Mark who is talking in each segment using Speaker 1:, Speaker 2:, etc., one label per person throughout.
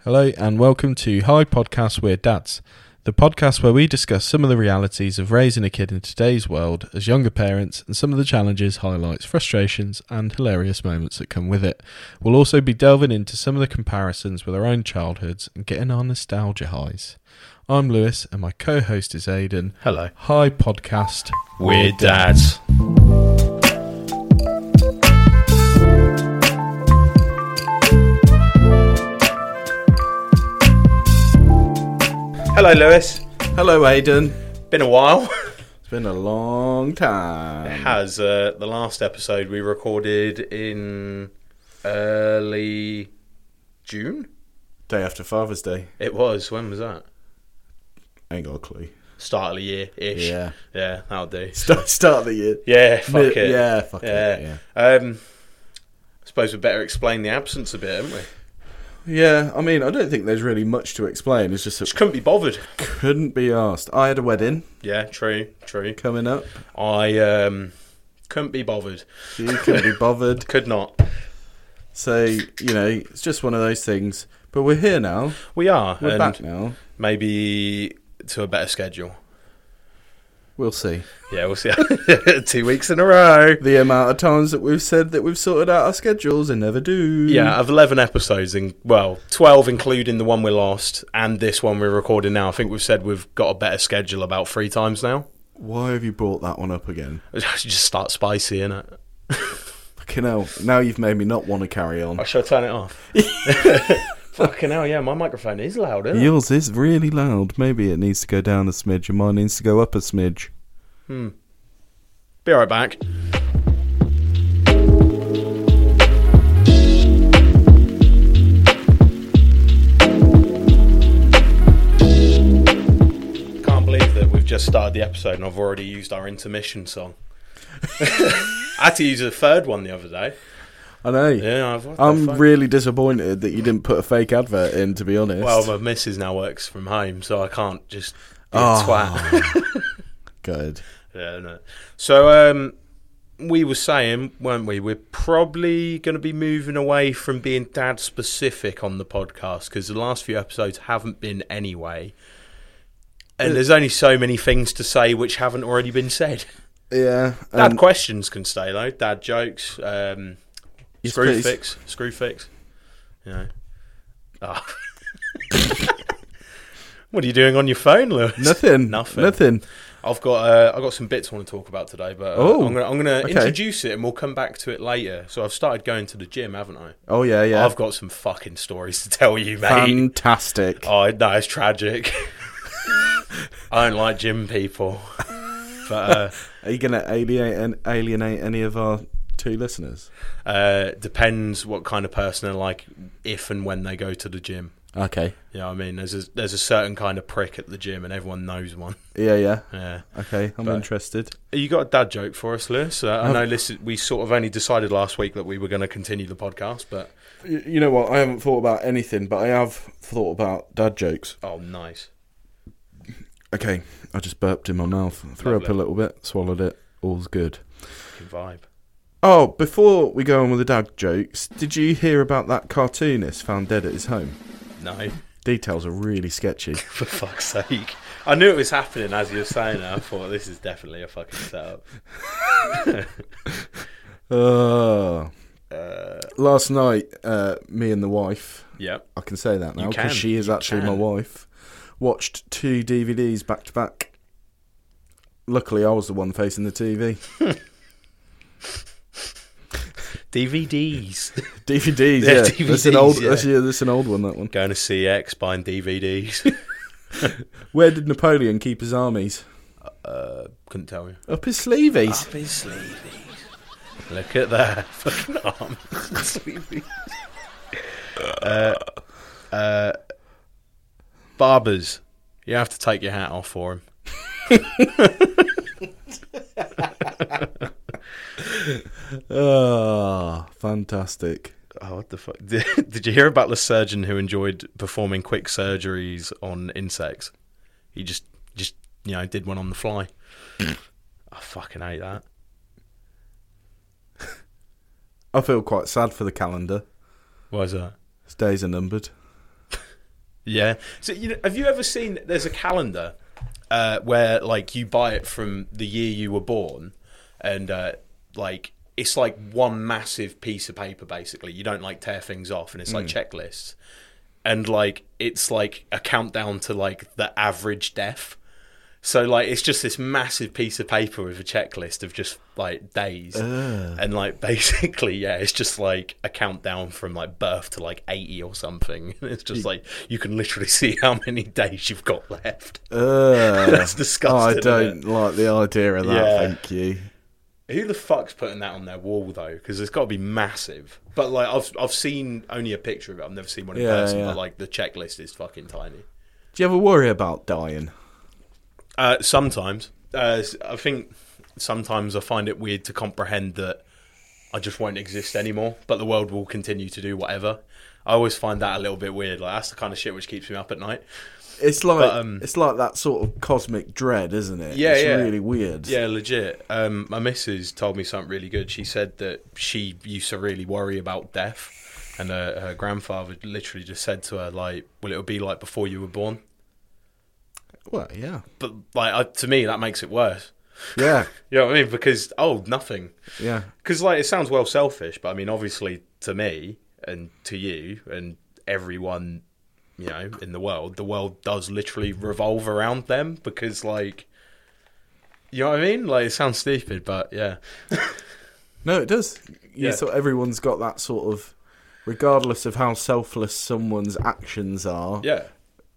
Speaker 1: Hello, and welcome to Hi Podcast We're Dads, the podcast where we discuss some of the realities of raising a kid in today's world as younger parents and some of the challenges, highlights, frustrations, and hilarious moments that come with it. We'll also be delving into some of the comparisons with our own childhoods and getting our nostalgia highs. I'm Lewis, and my co host is Aidan.
Speaker 2: Hello.
Speaker 1: Hi Podcast
Speaker 2: We're dads. Hello, Lewis.
Speaker 1: Hello, Aidan.
Speaker 2: Been a while.
Speaker 1: It's been a long time.
Speaker 2: Has uh, the last episode we recorded in early June?
Speaker 1: Day after Father's Day.
Speaker 2: It was. When was that?
Speaker 1: Ain't got a clue.
Speaker 2: Start of the year ish. Yeah, that'll do.
Speaker 1: Start, start of the year.
Speaker 2: Yeah, fuck
Speaker 1: Mid-
Speaker 2: it.
Speaker 1: yeah, fuck it,
Speaker 2: Um, I suppose we better explain the absence a bit, haven't we?
Speaker 3: Yeah, I mean, I don't think there's really much to explain. It's just that
Speaker 2: Just couldn't be bothered.
Speaker 3: couldn't be asked. I had a wedding
Speaker 2: Yeah, true, true.
Speaker 3: coming up.
Speaker 2: I um, couldn't be bothered.
Speaker 3: You couldn't be bothered.
Speaker 2: Could not.
Speaker 3: So, you know, it's just one of those things. But we're here now.
Speaker 2: We are,
Speaker 3: We're
Speaker 2: and
Speaker 3: back now.
Speaker 2: maybe to a better schedule.
Speaker 3: We'll see.
Speaker 2: Yeah, we'll see. Two weeks in a row.
Speaker 3: The amount of times that we've said that we've sorted out our schedules and never do.
Speaker 2: Yeah, I've eleven episodes, in well, twelve including the one we lost and this one we're recording now. I think we've said we've got a better schedule about three times now.
Speaker 3: Why have you brought that one up again?
Speaker 2: Just start spicy, innit?
Speaker 3: Fucking hell. Now you've made me not want to carry on.
Speaker 2: Or Oh, should I turn it off? Fucking hell, yeah, my microphone is loud, isn't it?
Speaker 3: Yours is really loud. Maybe it needs to go down a smidge and mine needs to go up a smidge.
Speaker 2: Be right back. Can't believe that we've just started the episode and I've already used our intermission song. I had to use a third one the other day.
Speaker 3: I know.
Speaker 2: Yeah, I've, what the
Speaker 3: I'm
Speaker 2: fuck?
Speaker 3: really disappointed that you didn't put a fake advert in, to be honest.
Speaker 2: well, my missus now works from home, so I can't just be
Speaker 3: Oh.
Speaker 2: a twat.
Speaker 3: Good.
Speaker 2: Yeah, no. So um, we were saying, weren't we? We're probably going to be moving away from being dad specific on the podcast because the last few episodes haven't been anyway.
Speaker 3: Uh,
Speaker 2: And there's only so many things to say which haven't already been said.
Speaker 3: Yeah.
Speaker 2: Dad
Speaker 3: um,
Speaker 2: questions can stay though. Dad jokes, um,
Speaker 3: Yes,
Speaker 2: screw
Speaker 3: please.
Speaker 2: fix, screw fix. You know. Ah. what are you doing on your phone, Lewis?
Speaker 3: Nothing.
Speaker 2: Nothing.
Speaker 3: Nothing. Nothing.
Speaker 2: I've got uh, I've got some bits I want to talk about today, but uh,
Speaker 3: Oh,
Speaker 2: I'm gonna, I'm gonna
Speaker 3: okay.
Speaker 2: introduce it and we'll come back to it later. So I've started going to the gym, haven't I?
Speaker 3: Oh yeah, yeah.
Speaker 2: I've got some fucking stories to tell you, mate.
Speaker 3: Fantastic.
Speaker 2: Oh no, it's tragic. I don't like gym people, but uh,
Speaker 3: Are you gonna alienate and alienate any of our two listeners?
Speaker 2: uh, depends what kind of person they're like if and when they go to the gym.
Speaker 3: Okay.
Speaker 2: You know what I mean? There's a, there's a certain kind of prick at the gym, and everyone knows one.
Speaker 3: Yeah, yeah.
Speaker 2: Yeah.
Speaker 3: Okay, I'm
Speaker 2: But-
Speaker 3: interested.
Speaker 2: You got a dad joke for us, Lewis? Uh, I know this, is- we sort of only decided last week that we were going to continue the podcast, but
Speaker 3: You, you know what? I haven't thought about anything, but I have thought about dad jokes.
Speaker 2: oh, nice.
Speaker 3: Okay, I just burped in my mouth, threw up
Speaker 2: Lovely.
Speaker 3: a little bit, swallowed it. All's good.
Speaker 2: Fucking vibe.
Speaker 3: Oh, before we go on with the dad jokes, did you hear about that cartoonist found dead at his home?
Speaker 2: No,
Speaker 3: Details are really sketchy.
Speaker 2: for fuck's sake. I knew it was happening as you were saying it. I thought this is definitely a fucking setup.
Speaker 3: Uh,
Speaker 2: Uh,
Speaker 3: last night, uh, me and the wife,
Speaker 2: yep.
Speaker 3: I can say that now
Speaker 2: can,
Speaker 3: because she is
Speaker 2: you
Speaker 3: actually my
Speaker 2: can.
Speaker 3: wife, watched two DVDs back to back. Luckily, I was the one facing the TV.
Speaker 2: DVDs.
Speaker 3: DVDs,
Speaker 2: Yeah,
Speaker 3: yeah. That's an
Speaker 2: DVDs,
Speaker 3: old,
Speaker 2: yeah.
Speaker 3: That's, yeah, that's an old one. That one.
Speaker 2: Going to CX, buying DVDs.
Speaker 3: Where did Napoleon keep his armies?
Speaker 2: Uh, couldn't tell you.
Speaker 3: Up his sleeves.
Speaker 2: Up his sleeves. Look at that. Fucking arm. Sleeves. uh, uh, barbers. You have to take your hat off for him.
Speaker 3: Ah, fantastic.
Speaker 2: Oh, what the fuck? Did, did you hear about the surgeon who enjoyed performing quick surgeries on insects? He just, just you know, did one on the fly. I fucking hate that.
Speaker 3: I feel quite sad for the calendar.
Speaker 2: Why is that?
Speaker 3: His days are numbered.
Speaker 2: Yeah. So you know, have you ever seen? There's a calendar uh, where like you buy it from the year you were born, and uh, like it's like one massive piece of paper basically. You don't like tear things off, and it's like checklists, and like it's like a countdown to like the average death. So like it's just this massive piece of paper with a checklist of just like days,
Speaker 3: Ah.
Speaker 2: and like basically yeah, it's just like a countdown from like birth to like eighty or something. It's just like you can literally see how many days you've got left.
Speaker 3: Ugh.
Speaker 2: That's disgusting,
Speaker 3: Ah. Oh, I
Speaker 2: isn't
Speaker 3: don't like the idea of that.
Speaker 2: Yeah.
Speaker 3: Thank you.
Speaker 2: Who the fuck's putting that on their wall though? Because it's got to be massive. But like I've I've seen only a picture of it. I've never seen one in
Speaker 3: Yeah,
Speaker 2: person.
Speaker 3: yeah.
Speaker 2: But like the checklist is fucking tiny.
Speaker 3: Do you ever worry about dying?
Speaker 2: Uh, sometimes. Uh, s- I think sometimes I find it weird to comprehend that I just won't exist anymore, but the world will continue to do whatever. I always find that a little bit weird. Like that's the kind of shit which keeps me up at night.
Speaker 3: It's like
Speaker 2: But, um,
Speaker 3: it's like that sort of cosmic dread, isn't it?
Speaker 2: Yeah,
Speaker 3: it's
Speaker 2: yeah.
Speaker 3: really weird.
Speaker 2: Yeah, legit. Um, my missus told me something really good. She said that she used to really worry about death, and uh, her grandfather literally just said to her, "Like, well, it'll be like before you were born."
Speaker 3: Well, yeah,
Speaker 2: But like I, to me, that makes it worse.
Speaker 3: yeah,
Speaker 2: You know what I mean? Because oh, nothing.
Speaker 3: yeah.
Speaker 2: Because like it sounds well selfish, but I mean, obviously, to me and to you and everyone, you know, in the world, the world does literally revolve around them. Because like, you know what I mean? Like it sounds stupid, but yeah.
Speaker 3: No, it does. You
Speaker 2: Yeah.
Speaker 3: sort everyone's got that sort of, regardless of how selfless someone's actions are.
Speaker 2: Yeah.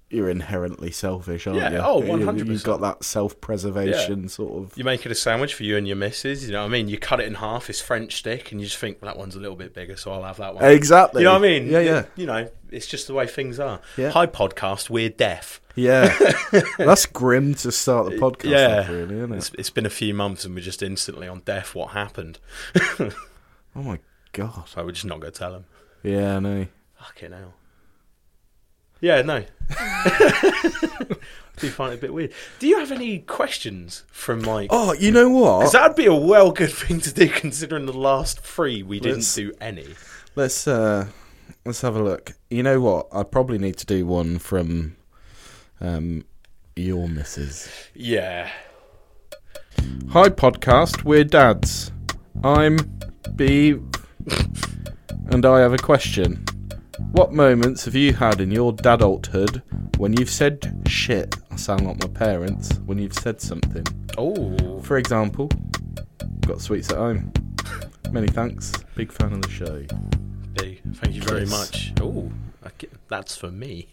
Speaker 3: you're inherently selfish, aren't
Speaker 2: Yeah,
Speaker 3: you?
Speaker 2: oh,
Speaker 3: You-
Speaker 2: 100%.
Speaker 3: You've got that self-preservation sort of.
Speaker 2: You make it a sandwich for you and your missus, you know what I mean? You cut it in half, it's French stick, and you just think, well, that one's a little bit bigger, so I'll have that one.
Speaker 3: Exactly.
Speaker 2: You know what I mean?
Speaker 3: Yeah, yeah,
Speaker 2: You know, it's just the way things are.
Speaker 3: Yeah.
Speaker 2: Hi, podcast, we're deaf.
Speaker 3: yeah. That's grim to start the podcast.
Speaker 2: yeah.
Speaker 3: Off, really, isn't
Speaker 2: It's,
Speaker 3: it?
Speaker 2: it's been a few months and we're just instantly on deaf what happened.
Speaker 3: Oh my god.
Speaker 2: So we're just not going to tell them.
Speaker 3: Yeah, no.
Speaker 2: Fucking hell. Yeah, no. I do find it a bit weird. Do you have any questions from like.
Speaker 3: Oh, you know what?
Speaker 2: Because that'd be a well good thing to do considering the last three we didn't
Speaker 3: Let's-
Speaker 2: do any.
Speaker 3: Let's uh, let's have a look. You know what? I probably need to do one from, um, your missus.
Speaker 2: Yeah.
Speaker 3: Hi, podcast. We're dads. I'm B, and I have a question. What moments have you had in your dadulthood when you've said shit? I sound like my parents when you've said something.
Speaker 2: Oh.
Speaker 3: For example, got sweets at home. Many thanks. Big fan of the show.
Speaker 2: Big. Thank you very
Speaker 3: Yes.
Speaker 2: much. Oh, that's for me.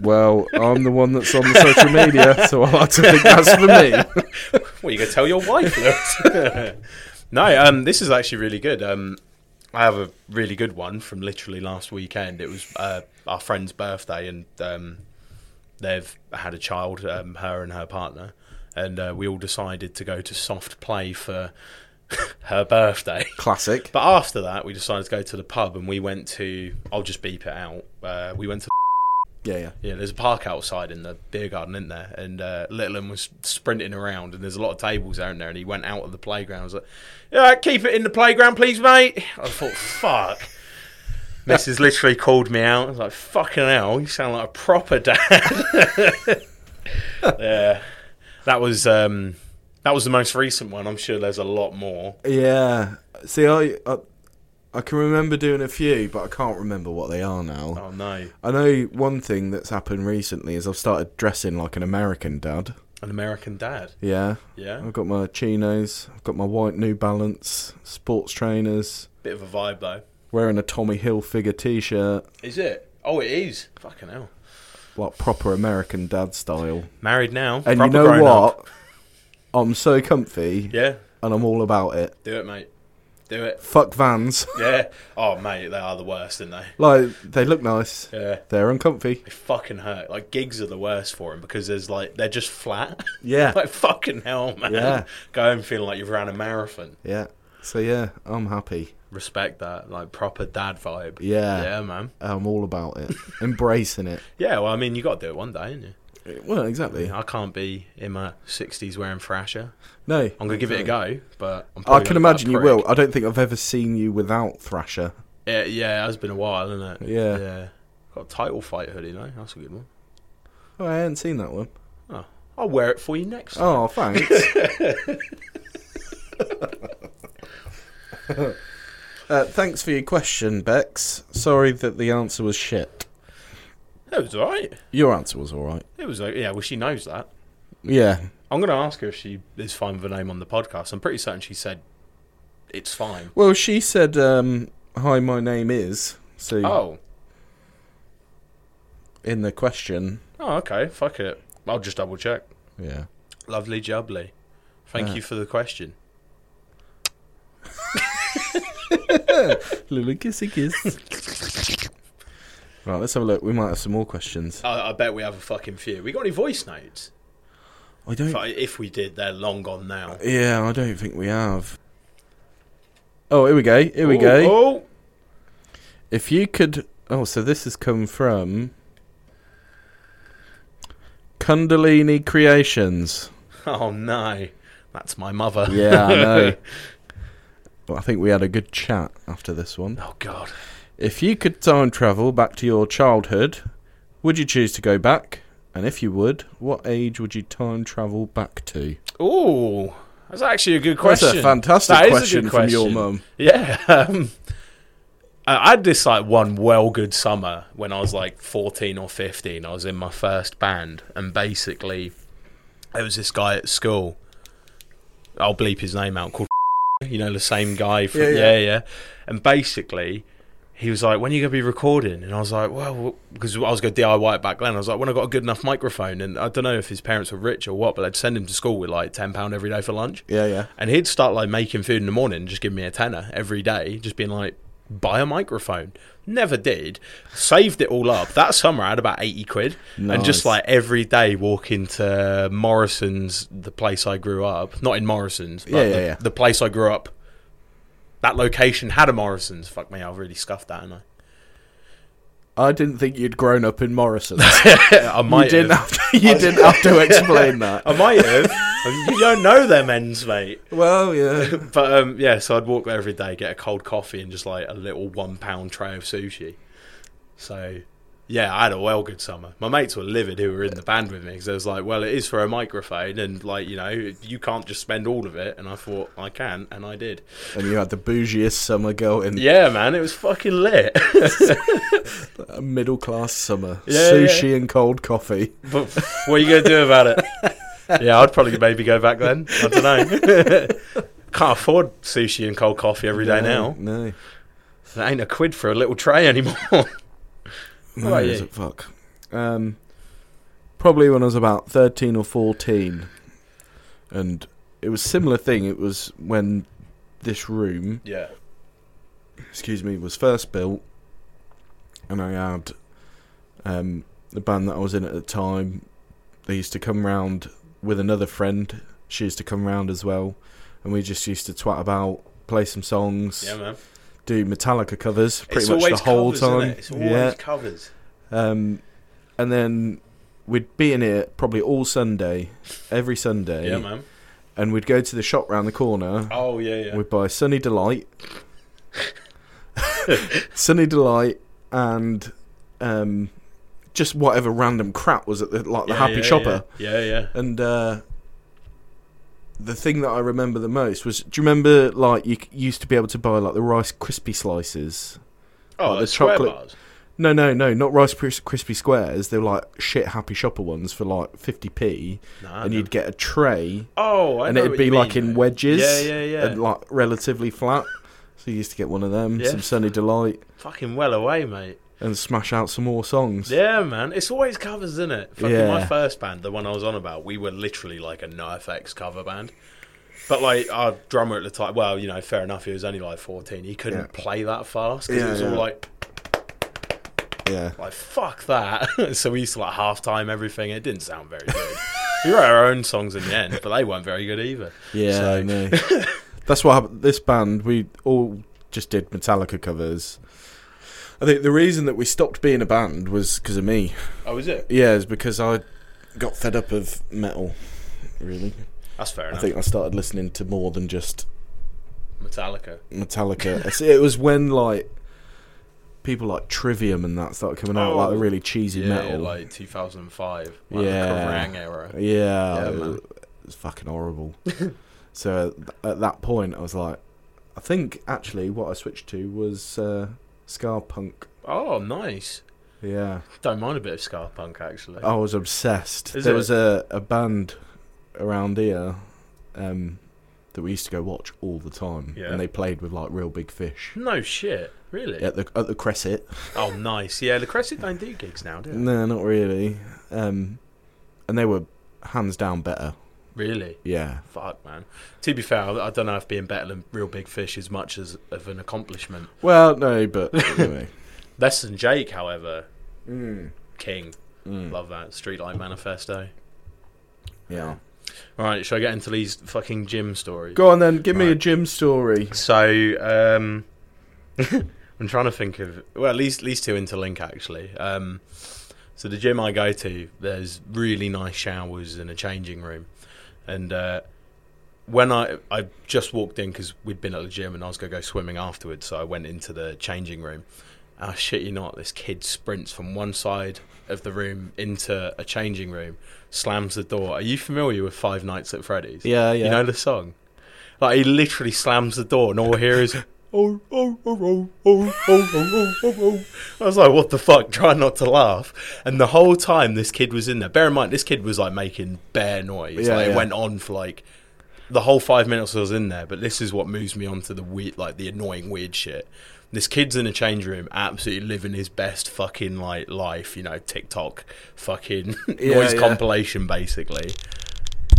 Speaker 3: Well, I'm the one that's on the social media, so I like to think that's for me.
Speaker 2: What you gonna tell your wife, Lewis? no, um, this is actually really good. Um, I have a really good one from literally last weekend. It was uh, our friend's birthday, and um, they've had a child, um, her and her partner, and uh, we all decided to go to soft play for her birthday.
Speaker 3: Classic.
Speaker 2: But after that, we decided to go to the pub, and we went to. I'll just beep it out. Uh, we went to.
Speaker 3: Yeah, yeah.
Speaker 2: Yeah, there's a park outside in the beer garden, isn't there? And uh, Little Un was sprinting around, and there's a lot of tables out there. And he went out of the playground. I was like, "Yeah, keep it in the playground, please, mate." I thought, "Fuck." Mrs. literally called me out. I was like, "Fucking hell, you sound like a proper dad." yeah, that was um, that was the most recent one. I'm sure there's a lot more.
Speaker 3: Yeah. See, I, I I can remember doing a few, but I can't remember what they are now.
Speaker 2: Oh no,
Speaker 3: I know one thing that's happened recently is I've started dressing like an American dad.
Speaker 2: an American dad.
Speaker 3: Yeah.
Speaker 2: Yeah,
Speaker 3: I've got my chinos, I've got my white New Balance, sports trainers,
Speaker 2: bit of a vibe though.
Speaker 3: wearing a Tommy Hilfiger t-shirt,
Speaker 2: Is it? Oh, it is. Fucking hell.
Speaker 3: like proper American dad style.
Speaker 2: Married now.
Speaker 3: And
Speaker 2: proper
Speaker 3: you know
Speaker 2: grown up.
Speaker 3: what? I'm so comfy
Speaker 2: Yeah,
Speaker 3: and I'm all about it.
Speaker 2: do it, mate. Do it.
Speaker 3: Fuck Vans.
Speaker 2: Yeah. Oh, mate, they are the worst, aren't they?
Speaker 3: like they look nice.
Speaker 2: Yeah.
Speaker 3: They're uncomfy.
Speaker 2: They fucking hurt. Like gigs are the worst for them because there's like they're just flat.
Speaker 3: Yeah.
Speaker 2: like fucking hell, man.
Speaker 3: Yeah.
Speaker 2: Go home feeling like you've ran a marathon.
Speaker 3: Yeah. So yeah, I'm happy.
Speaker 2: Respect that, like proper dad vibe.
Speaker 3: Yeah.
Speaker 2: Yeah, man.
Speaker 3: I'm all about it. Embracing it.
Speaker 2: Yeah. Well, I mean, you got to do it one day, ain't you?
Speaker 3: Well,
Speaker 2: I,
Speaker 3: exactly.
Speaker 2: mean, I can't be in my sixties wearing Thrasher.
Speaker 3: No.
Speaker 2: I'm gonna give it a go, but I'm probably
Speaker 3: I can
Speaker 2: gonna be
Speaker 3: imagine
Speaker 2: a
Speaker 3: you
Speaker 2: prick.
Speaker 3: will. I don't think I've ever seen you without Thrasher.
Speaker 2: Yeah, yeah, it has been a while, isn't it?
Speaker 3: Yeah.
Speaker 2: yeah. Got a title fight hoodie, no? That's a good one.
Speaker 3: Oh, I hadn't seen that one.
Speaker 2: I'll wear it for you next time.
Speaker 3: Oh, thanks. uh, thanks for your question, Bex. Sorry that the answer was shit.
Speaker 2: It was alright.
Speaker 3: Your answer was all right.
Speaker 2: It was like, yeah, well, she knows that.
Speaker 3: Yeah.
Speaker 2: I'm going to ask her if she is fine with a name on the podcast. I'm pretty certain she said it's fine.
Speaker 3: Well, she said, um, "Hi, my name is." So
Speaker 2: Oh,
Speaker 3: in the question,
Speaker 2: oh, okay. Fuck it. I'll just double check.
Speaker 3: yeah.
Speaker 2: Lovely jubbly. Thank
Speaker 3: Yeah.
Speaker 2: you for the question.
Speaker 3: Little kissy kiss. right, let's have a look. We might have some more questions.
Speaker 2: I, I bet we have a fucking few. We got any voice notes?
Speaker 3: I don't.
Speaker 2: If, I, if we did, they're long gone now.
Speaker 3: Yeah, I don't think we have. Oh, here we go. Here we
Speaker 2: Ooh,
Speaker 3: go.
Speaker 2: Oh,
Speaker 3: If you could. Oh, so this has come from. Kundalini Creations.
Speaker 2: oh no, that's my mother.
Speaker 3: Yeah, I know. well, I think we had a good chat after this one.
Speaker 2: Oh god.
Speaker 3: If you could time travel back to your childhood, would you choose to go back? And if you would, what age would you time travel back to?
Speaker 2: Ooh, that's actually a good question.
Speaker 3: That's a fantastic
Speaker 2: That is a good
Speaker 3: question, from your
Speaker 2: question.
Speaker 3: mum.
Speaker 2: Yeah. Um, I I had this like one well good summer when I was like 14 or 15. I was in my first band, and basically, there was this guy at school. I'll bleep his name out. Called you know the same guy from
Speaker 3: Yeah,
Speaker 2: yeah
Speaker 3: yeah.
Speaker 2: yeah, and basically. He was like, "When are you gonna be recording?" And I was like, "Well, because I was gonna DIY it back then." I was like, "When I got a good enough microphone." And I don't know if his parents were rich or what, but they'd send him to school with like ten pound every day for lunch.
Speaker 3: Yeah, yeah.
Speaker 2: And he'd start like making food in the morning, and just give me a tenner every day, just being like, buy a microphone. Never did. Saved it all up. That summer I had about 80 quid. And
Speaker 3: Nice.
Speaker 2: just like every day walk into Morrison's, the place I grew up. Not in Morrison's, but
Speaker 3: Yeah, yeah,
Speaker 2: the,
Speaker 3: yeah.
Speaker 2: the place I grew up. That location had a Morrison's. Fuck me, I really scuffed that, and I.
Speaker 3: I didn't think you'd grown up in Morrison's.
Speaker 2: I might
Speaker 3: you didn't
Speaker 2: have.
Speaker 3: have to, you didn't have to explain that.
Speaker 2: I might have. you don't know them ends, mate.
Speaker 3: Well, yeah.
Speaker 2: But um, yeah, so I'd walk there every day, get a cold coffee, and just like a little one pound tray of sushi. So yeah, I had a well good summer. My mates were livid who were in the band with me because I was like, well, it is for a microphone, and like you know, you can't just spend all of it. And I thought I can, and I did.
Speaker 3: And you had the bougiest summer girl in
Speaker 2: Yeah, man, it was fucking lit.
Speaker 3: a middle class summer.
Speaker 2: Yeah,
Speaker 3: Sushi and cold coffee.
Speaker 2: but what are you gonna do about it? Yeah, I'd probably maybe go back then. I don't know. Can't afford sushi and cold coffee every day now.
Speaker 3: No.
Speaker 2: It ain't a quid for a little tray anymore.
Speaker 3: No,
Speaker 2: about
Speaker 3: is
Speaker 2: you?
Speaker 3: it fuck? Um, probably when I was about 13 or 14. And it was similar thing. It was when this room,
Speaker 2: yeah.
Speaker 3: excuse me, was first built. And I had um, the band that I was in at the time. They used to come round with another friend. She used to come round as well. And we just used to twat about, play some songs,
Speaker 2: Yeah, man.
Speaker 3: do Metallica covers pretty
Speaker 2: It's
Speaker 3: much
Speaker 2: always
Speaker 3: the whole
Speaker 2: covers,
Speaker 3: time.
Speaker 2: Isn't it? It's always
Speaker 3: yeah.
Speaker 2: covers.
Speaker 3: Um, and then we'd be in it probably all Sunday, every Sunday,
Speaker 2: Yeah, man.
Speaker 3: and we'd go to the shop round the corner.
Speaker 2: Oh, yeah, yeah.
Speaker 3: We'd buy Sunny Delight, Sunny Delight, and um, just whatever random crap was at the like the
Speaker 2: yeah,
Speaker 3: Happy
Speaker 2: yeah,
Speaker 3: Shopper.
Speaker 2: Yeah, yeah.
Speaker 3: And uh, the thing that I remember the most was, do you remember like you c- used to be able to buy like the Rice crispy slices?
Speaker 2: Oh,
Speaker 3: Like
Speaker 2: the
Speaker 3: the chocolate-
Speaker 2: chocolate bars.
Speaker 3: No, no, no, not Rice Kris- Krispie Squares. They were like shit Happy Shopper ones for like 50p,
Speaker 2: Nah,
Speaker 3: and
Speaker 2: no.
Speaker 3: you'd get a tray,
Speaker 2: Oh, I
Speaker 3: and
Speaker 2: know
Speaker 3: it'd
Speaker 2: what
Speaker 3: be
Speaker 2: you
Speaker 3: like
Speaker 2: mean,
Speaker 3: in
Speaker 2: though.
Speaker 3: wedges,
Speaker 2: Yeah, yeah, yeah.
Speaker 3: and like relatively flat. So you used to get one of them,
Speaker 2: Yeah.
Speaker 3: some Sunny Delight,
Speaker 2: Fucking well away, mate.
Speaker 3: and smash out some more songs.
Speaker 2: Yeah, man. It's always covers, isn't it? Fucking
Speaker 3: Yeah.
Speaker 2: my first band, the one I was on about, we were literally like a NoFX cover band. But like our drummer at the time, well, you know, fair enough. He was only like fourteen. He couldn't
Speaker 3: Yeah.
Speaker 2: play that fast because
Speaker 3: Yeah,
Speaker 2: it was all
Speaker 3: yeah.
Speaker 2: like,
Speaker 3: Yeah.
Speaker 2: like fuck that. so we used to like half time everything. It didn't sound very good. we wrote our own songs in the end, but they weren't very good either.
Speaker 3: Yeah,
Speaker 2: So-
Speaker 3: I know. That's what happened. This band, we all just did Metallica covers. I think the reason that we stopped being a band was because of me.
Speaker 2: Oh, is it?
Speaker 3: Yeah, it's because I got fed up of metal, really.
Speaker 2: That's fair
Speaker 3: I
Speaker 2: enough.
Speaker 3: think I started listening to more than just
Speaker 2: Metallica.
Speaker 3: Metallica. I see, it was when like people like Trivium and that started coming out, like the
Speaker 2: Oh.
Speaker 3: really cheesy
Speaker 2: Yeah,
Speaker 3: metal.
Speaker 2: like 2005. Like The
Speaker 3: Yeah.
Speaker 2: Kerrang era.
Speaker 3: yeah,
Speaker 2: Yeah, man.
Speaker 3: it's fucking horrible. so th- at that point, I was like, I think actually what I switched to was uh, ska punk.
Speaker 2: Oh, nice.
Speaker 3: Yeah,
Speaker 2: Don't mind a bit of ska punk, actually.
Speaker 3: I was obsessed.
Speaker 2: Is
Speaker 3: there
Speaker 2: it?
Speaker 3: was a, a band around here um, that we used to go watch all the time,
Speaker 2: Yeah.
Speaker 3: and they played with like real big fish
Speaker 2: No shit. Really?
Speaker 3: at the at the Cresset.
Speaker 2: Oh, nice. Yeah, the Crescent don't do gigs now, do they?
Speaker 3: No, not really. Um, and they were hands down better.
Speaker 2: Really?
Speaker 3: Yeah.
Speaker 2: Fuck, man. To be fair, I I don't know if being better than Real Big Fish is much as of an accomplishment.
Speaker 3: Well, no, but anyway.
Speaker 2: Less than Jake, however,
Speaker 3: mm,
Speaker 2: King.
Speaker 3: mm,
Speaker 2: Love that. Streetlight Manifesto.
Speaker 3: yeah.
Speaker 2: Right, shall I get into these fucking gym stories?
Speaker 3: Go on then. Give me a
Speaker 2: Right.
Speaker 3: gym story.
Speaker 2: So, um, I'm trying to think of well, at least at least two interlink actually. Um, so the gym I go to, there's really nice showers and a changing room, and uh, when I I just walked in because we'd been at the gym and I was gonna go swimming afterwards, so I went into the changing room. I shit you not, this kid sprints from one side of the room into a changing room, slams the door. Are you familiar with Five Nights at Freddy's?
Speaker 3: Yeah, yeah.
Speaker 2: You know the song? Like he literally slams the door and all I hear is oh oh oh oh oh oh oh oh oh oh I was like, what the fuck? Try not to laugh. And the whole time this kid was in there, bear in mind this kid was like making bare noise.
Speaker 3: Yeah,
Speaker 2: like
Speaker 3: yeah.
Speaker 2: it went on for like the whole five minutes I was in there, but this is what moves me on to the weird like the annoying weird shit. This kid's in a change room, absolutely living his best fucking like life, you know, TikTok fucking
Speaker 3: Yeah,
Speaker 2: noise
Speaker 3: yeah.
Speaker 2: compilation basically.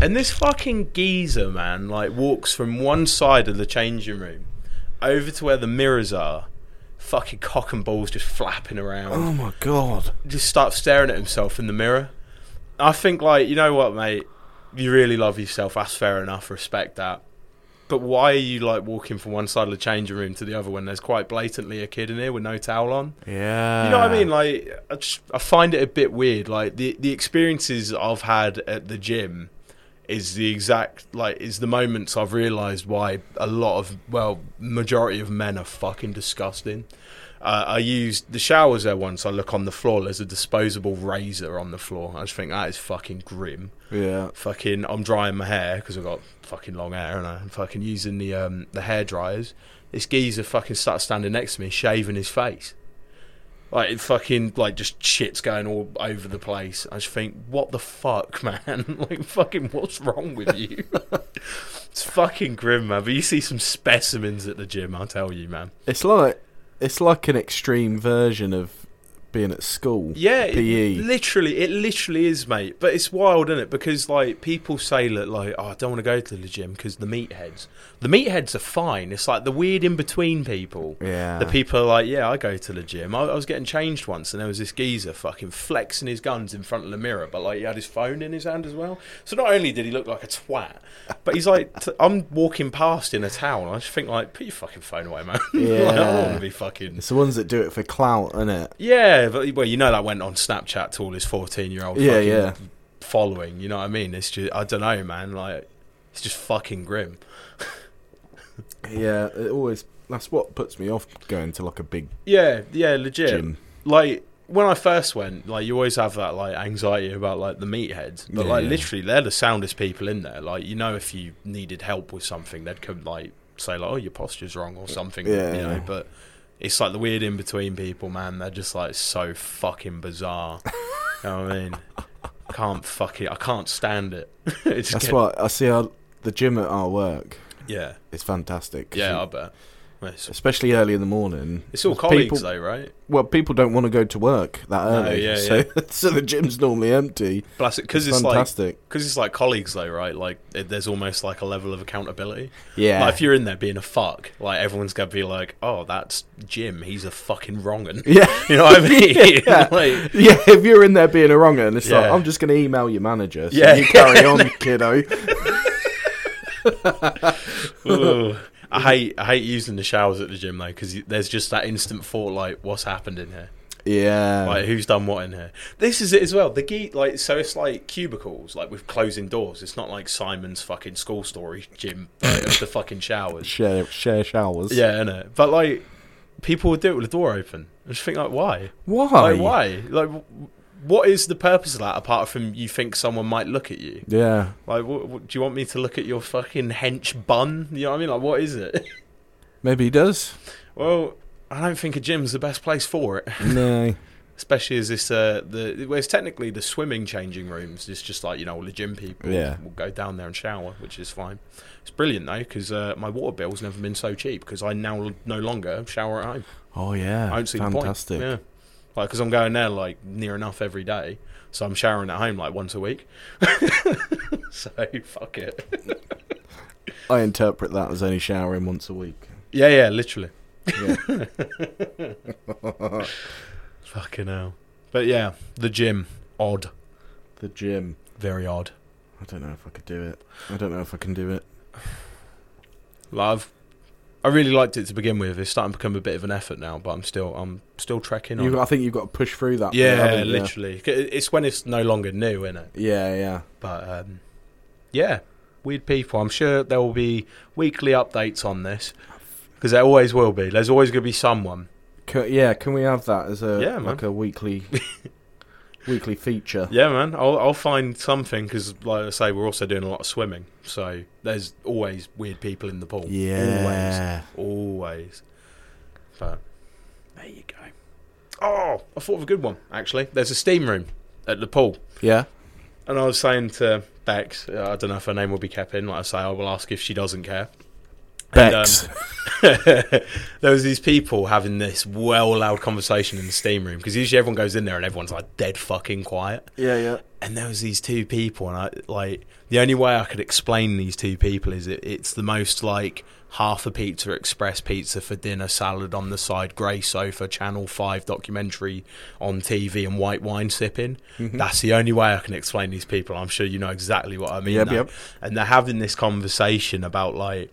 Speaker 2: And this fucking geezer, man, like walks from one side of the changing room over to where the mirrors are. Fucking cock and balls just flapping
Speaker 3: Oh
Speaker 2: around.
Speaker 3: my god.
Speaker 2: Just starts staring at himself in the mirror. I think, like, you know what, mate? You really love yourself. That's fair enough. Respect that. But why are you, like, walking from one side of the changing room to the other when there's quite blatantly a kid in here with no towel on?
Speaker 3: Yeah.
Speaker 2: You know what I mean? Like, I, just, I find it a bit weird. Like the the experiences I've had at the gym is the exact like is the moments I've realised why a lot of well majority of men are fucking disgusting. Uh, I used the showers there once. I look on the floor. There's a disposable razor on the floor. I just think that is fucking grim
Speaker 3: Yeah.
Speaker 2: fucking I'm drying my hair because I've got fucking long hair and I'm fucking using the um the hair dryers. This geezer fucking starts standing next to me, shaving his face. Like it fucking like just shit's going all over the place. I just think, what the fuck, man? like fucking what's wrong with you? it's fucking grim, man. But you see some specimens at the gym, I'll tell you, man.
Speaker 3: It's like it's like an extreme version of being at school.
Speaker 2: Yeah,
Speaker 3: PE.
Speaker 2: it, literally, it literally is, mate. But it's wild, isn't it? Because like people say that, like, oh, I don't want to go to the gym because the meatheads. The meatheads are fine. It's like the weird in between people.
Speaker 3: Yeah.
Speaker 2: The people are like, yeah, I go to the gym. I, I was getting changed once, and there was this geezer fucking flexing his guns in front of the mirror, but like he had his phone in his hand as well. So not only did he look like a twat, but he's like, t- I'm walking past in a towel, and I just think like, put your fucking phone away, man. like, I don't
Speaker 3: Yeah.
Speaker 2: want to be fucking
Speaker 3: It's the ones that do it for clout, isn't it?
Speaker 2: yeah, but well, you know that went on Snapchat to all his fourteen-year-old
Speaker 3: Yeah,
Speaker 2: fucking
Speaker 3: yeah.
Speaker 2: following. You know what I mean? It's just I don't know, man. Like it's just fucking grim.
Speaker 3: Yeah, it always that's what puts me off going to like a big
Speaker 2: Yeah, yeah, legit.
Speaker 3: gym.
Speaker 2: Like when I first went, like you always have that like anxiety about like the meatheads, but
Speaker 3: Yeah,
Speaker 2: like
Speaker 3: yeah.
Speaker 2: literally they're the soundest people in there. Like you know, if you needed help with something, they'd come like say like, "Oh, your posture's wrong" or something.
Speaker 3: Yeah,
Speaker 2: you know,
Speaker 3: yeah.
Speaker 2: but. It's like the weird in between people, man. They're just like so fucking bizarre. you know what I mean? Can't fuck it. I can't stand it. it's
Speaker 3: That's
Speaker 2: get-
Speaker 3: why I see our, the gym at our work.
Speaker 2: Yeah,
Speaker 3: It's fantastic. 'cause
Speaker 2: yeah,
Speaker 3: you-
Speaker 2: I bet. It's,
Speaker 3: especially early in the morning.
Speaker 2: it's all
Speaker 3: There's
Speaker 2: colleagues
Speaker 3: people-
Speaker 2: though, right?
Speaker 3: Well, people don't want to go to work that
Speaker 2: No,
Speaker 3: early,
Speaker 2: yeah,
Speaker 3: so so the gym's normally empty.
Speaker 2: Bless it, because it's like
Speaker 3: fantastic.
Speaker 2: because it's like colleagues though, right? Like it, there's almost like a level of accountability.
Speaker 3: yeah,
Speaker 2: Like if you're in there being a fuck, like everyone's gonna be like, "Oh, that's Jim. He's a fucking wrong'un."
Speaker 3: yeah.
Speaker 2: You know what I mean?
Speaker 3: Yeah.
Speaker 2: like,
Speaker 3: Yeah, if you're in there being a wrong and it's like,
Speaker 2: Yeah.
Speaker 3: I'm just going to email your manager. So
Speaker 2: Yeah.
Speaker 3: you carry on, kiddo.
Speaker 2: ooh. I hate I hate using the showers at the gym though, because there's just that instant thought like, "What's happened in here?"
Speaker 3: Yeah.
Speaker 2: Like who's done what in here? This is it as well. The geek like so it's like cubicles, like with closing doors. It's not like Simon's fucking school story gym like, of the fucking showers.
Speaker 3: Share, share showers.
Speaker 2: Yeah, innit? But like people would do it with the door open. I just think like, why?
Speaker 3: Why?
Speaker 2: Like, why? Like, w- what is the purpose of that apart from you think someone might look at you?
Speaker 3: Yeah.
Speaker 2: Like, what, what, do you want me to look at your fucking hench bun? You know what I mean? Like, what is it?
Speaker 3: Maybe he does.
Speaker 2: well, I don't think a gym's the best place for it,
Speaker 3: no.
Speaker 2: especially as this uh the well, it's technically the swimming changing rooms. It's just like you know all the gym people
Speaker 3: Yeah.
Speaker 2: will go down there and shower, which is fine. It's brilliant though because uh, my water bill's never been so cheap because I now no longer shower at home.
Speaker 3: Oh yeah.
Speaker 2: I don't see
Speaker 3: Fantastic.
Speaker 2: the point. Yeah, like because I'm going there like near enough every day, so I'm showering at home like once a week. so fuck it.
Speaker 3: I interpret that as only showering once a week.
Speaker 2: Yeah, yeah, literally.
Speaker 3: Yeah.
Speaker 2: Fucking hell. But yeah, the gym, odd,
Speaker 3: the gym.
Speaker 2: very odd.
Speaker 3: I don't know if I could do it. I don't know if I can do it.
Speaker 2: Love. I really liked it to begin with. It's starting to become a bit of an effort now, but I'm still, I'm still trekking on.
Speaker 3: You, I think you've got to push through that. bit,
Speaker 2: yeah,
Speaker 3: haven't you?
Speaker 2: literally. It's when it's no longer new, innit?
Speaker 3: Yeah, yeah.
Speaker 2: But um, yeah, weird people. I'm sure there will be weekly updates on this because there always will be. There's always going to be someone.
Speaker 3: Can, yeah, can we have that as a
Speaker 2: Yeah, man.
Speaker 3: like a weekly weekly feature?
Speaker 2: Yeah, man. I'll, I'll find something because, like I say, we're also doing a lot of swimming. So there's always weird people in the pool. Always. Always. But there you go. Oh, I thought of a good one, actually. There's a steam room at the pool.
Speaker 3: Yeah.
Speaker 2: And I was saying to Bex, uh, I don't know if her name will be kept in. Like I say, I will ask if she doesn't care. And, um,
Speaker 3: Bex.
Speaker 2: there was these people having this well loud conversation in the steam room because usually everyone goes in there and everyone's like dead fucking quiet.
Speaker 3: yeah, yeah.
Speaker 2: And there was these two people, and I like the only way I could explain these two people is it, it's the most like half a pizza express pizza for dinner, salad on the side, grey sofa, Channel Five documentary on TV, and white wine sipping.
Speaker 3: Mm-hmm.
Speaker 2: That's the only way I can explain these people. I'm sure you know exactly what I mean.
Speaker 3: Yep,
Speaker 2: though.
Speaker 3: yep.
Speaker 2: And they're having this conversation about like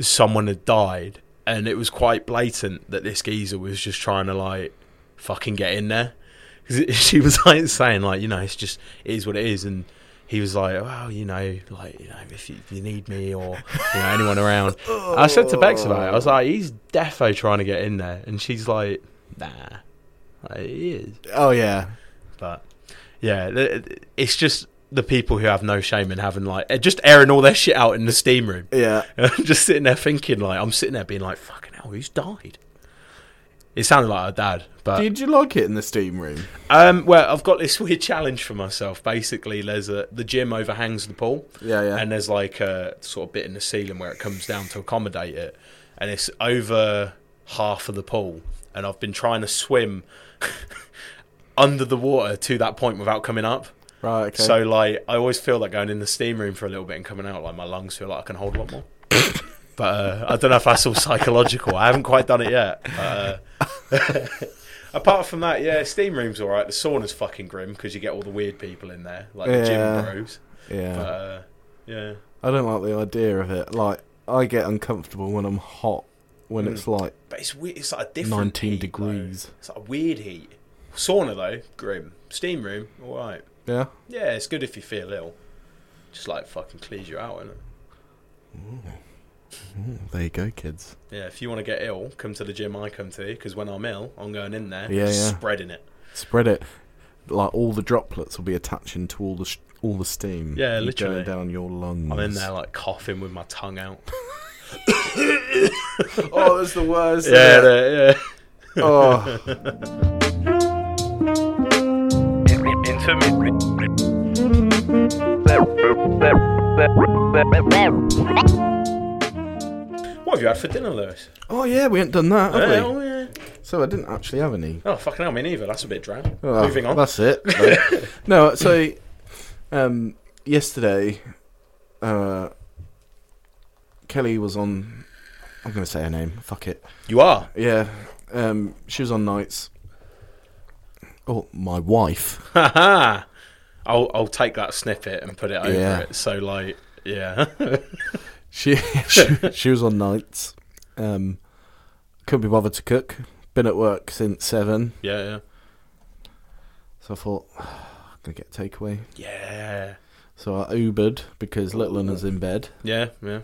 Speaker 2: someone had died, and it was quite blatant that this geezer was just trying to like fucking get in there. 'Cause it- she was like saying like you know it's just it is what it is, and he was like, well, you know, like you know if you, if you need me or you know anyone around. I said to Bex about it. I was like, he's defo trying to get in there, and she's like, nah, like, he is.
Speaker 3: Oh yeah.
Speaker 2: But yeah, th- it's just the people who have no shame in having like eh, just airing all their shit out in the steam room.
Speaker 3: Yeah.
Speaker 2: And I'm just sitting there thinking, like, I'm sitting there being like, fucking hell, who's died? It sounded like our dad, but
Speaker 3: Did you like it in the steam room?
Speaker 2: um, well, I've got this weird challenge for myself. Basically, there's a the gym overhangs the pool,
Speaker 3: Yeah, yeah.
Speaker 2: and there's like a sort of bit in the ceiling where it comes down to accommodate it, and it's over half of the pool, and I've been trying to swim under the water to that point without coming up.
Speaker 3: right. Okay.
Speaker 2: So like I always feel like going in the steam room for a little bit and coming out like my lungs feel like I can hold a lot more. but uh, I don't know if that's all psychological. I haven't quite done it yet. But, uh, apart from that, yeah, steam room's all right. The sauna's fucking grim because you get all the weird people in there, like the
Speaker 3: Yeah.
Speaker 2: gym bros.
Speaker 3: yeah.
Speaker 2: But uh, yeah,
Speaker 3: I don't like the idea of it. Like I get uncomfortable when I'm hot.
Speaker 2: Hmm.
Speaker 3: When it's like
Speaker 2: but it's weird. It's like a different
Speaker 3: 19
Speaker 2: heat, though.
Speaker 3: degrees.
Speaker 2: It's like a weird heat. Sauna though, grim. Steam room, all right.
Speaker 3: Yeah.
Speaker 2: Yeah, it's good if you feel ill. Just like fucking clears you out, innit?
Speaker 3: There you go, kids.
Speaker 2: Yeah, if you want to get ill, come to the gym I come to because when I'm ill, I'm going in there,
Speaker 3: Yeah, yeah.
Speaker 2: spreading it.
Speaker 3: Spread it. Like all the droplets will be attaching to all the sh- all the steam.
Speaker 2: Yeah,
Speaker 3: and
Speaker 2: literally.
Speaker 3: going down your lungs.
Speaker 2: I'm in there like coughing with my tongue out.
Speaker 3: oh, that's the worst.
Speaker 2: yeah, yeah, yeah.
Speaker 3: Oh.
Speaker 2: What have you had for dinner, Lewis?
Speaker 3: oh yeah, we ain't done that, have
Speaker 2: Yeah,
Speaker 3: we?
Speaker 2: oh, yeah.
Speaker 3: So I didn't actually have any.
Speaker 2: Oh, fucking hell, me neither. That's a bit drab.
Speaker 3: Oh,
Speaker 2: Moving on.
Speaker 3: That's it. Right. no, so um, yesterday, uh, Kelly was on. I'm going to say her name. Fuck it.
Speaker 2: You are.
Speaker 3: Yeah, um, she was on nights. Oh, my wife.
Speaker 2: Ha ha. I'll, I'll take that snippet and put it over
Speaker 3: Yeah.
Speaker 2: it. So, like, yeah.
Speaker 3: She she, she was on nights. Um, couldn't be bothered to cook. Been at work since seven,
Speaker 2: yeah, yeah.
Speaker 3: so I thought I'm gonna get takeaway.
Speaker 2: Yeah. Oh,
Speaker 3: So I Ubered because Little One is in bed.
Speaker 2: Yeah, yeah.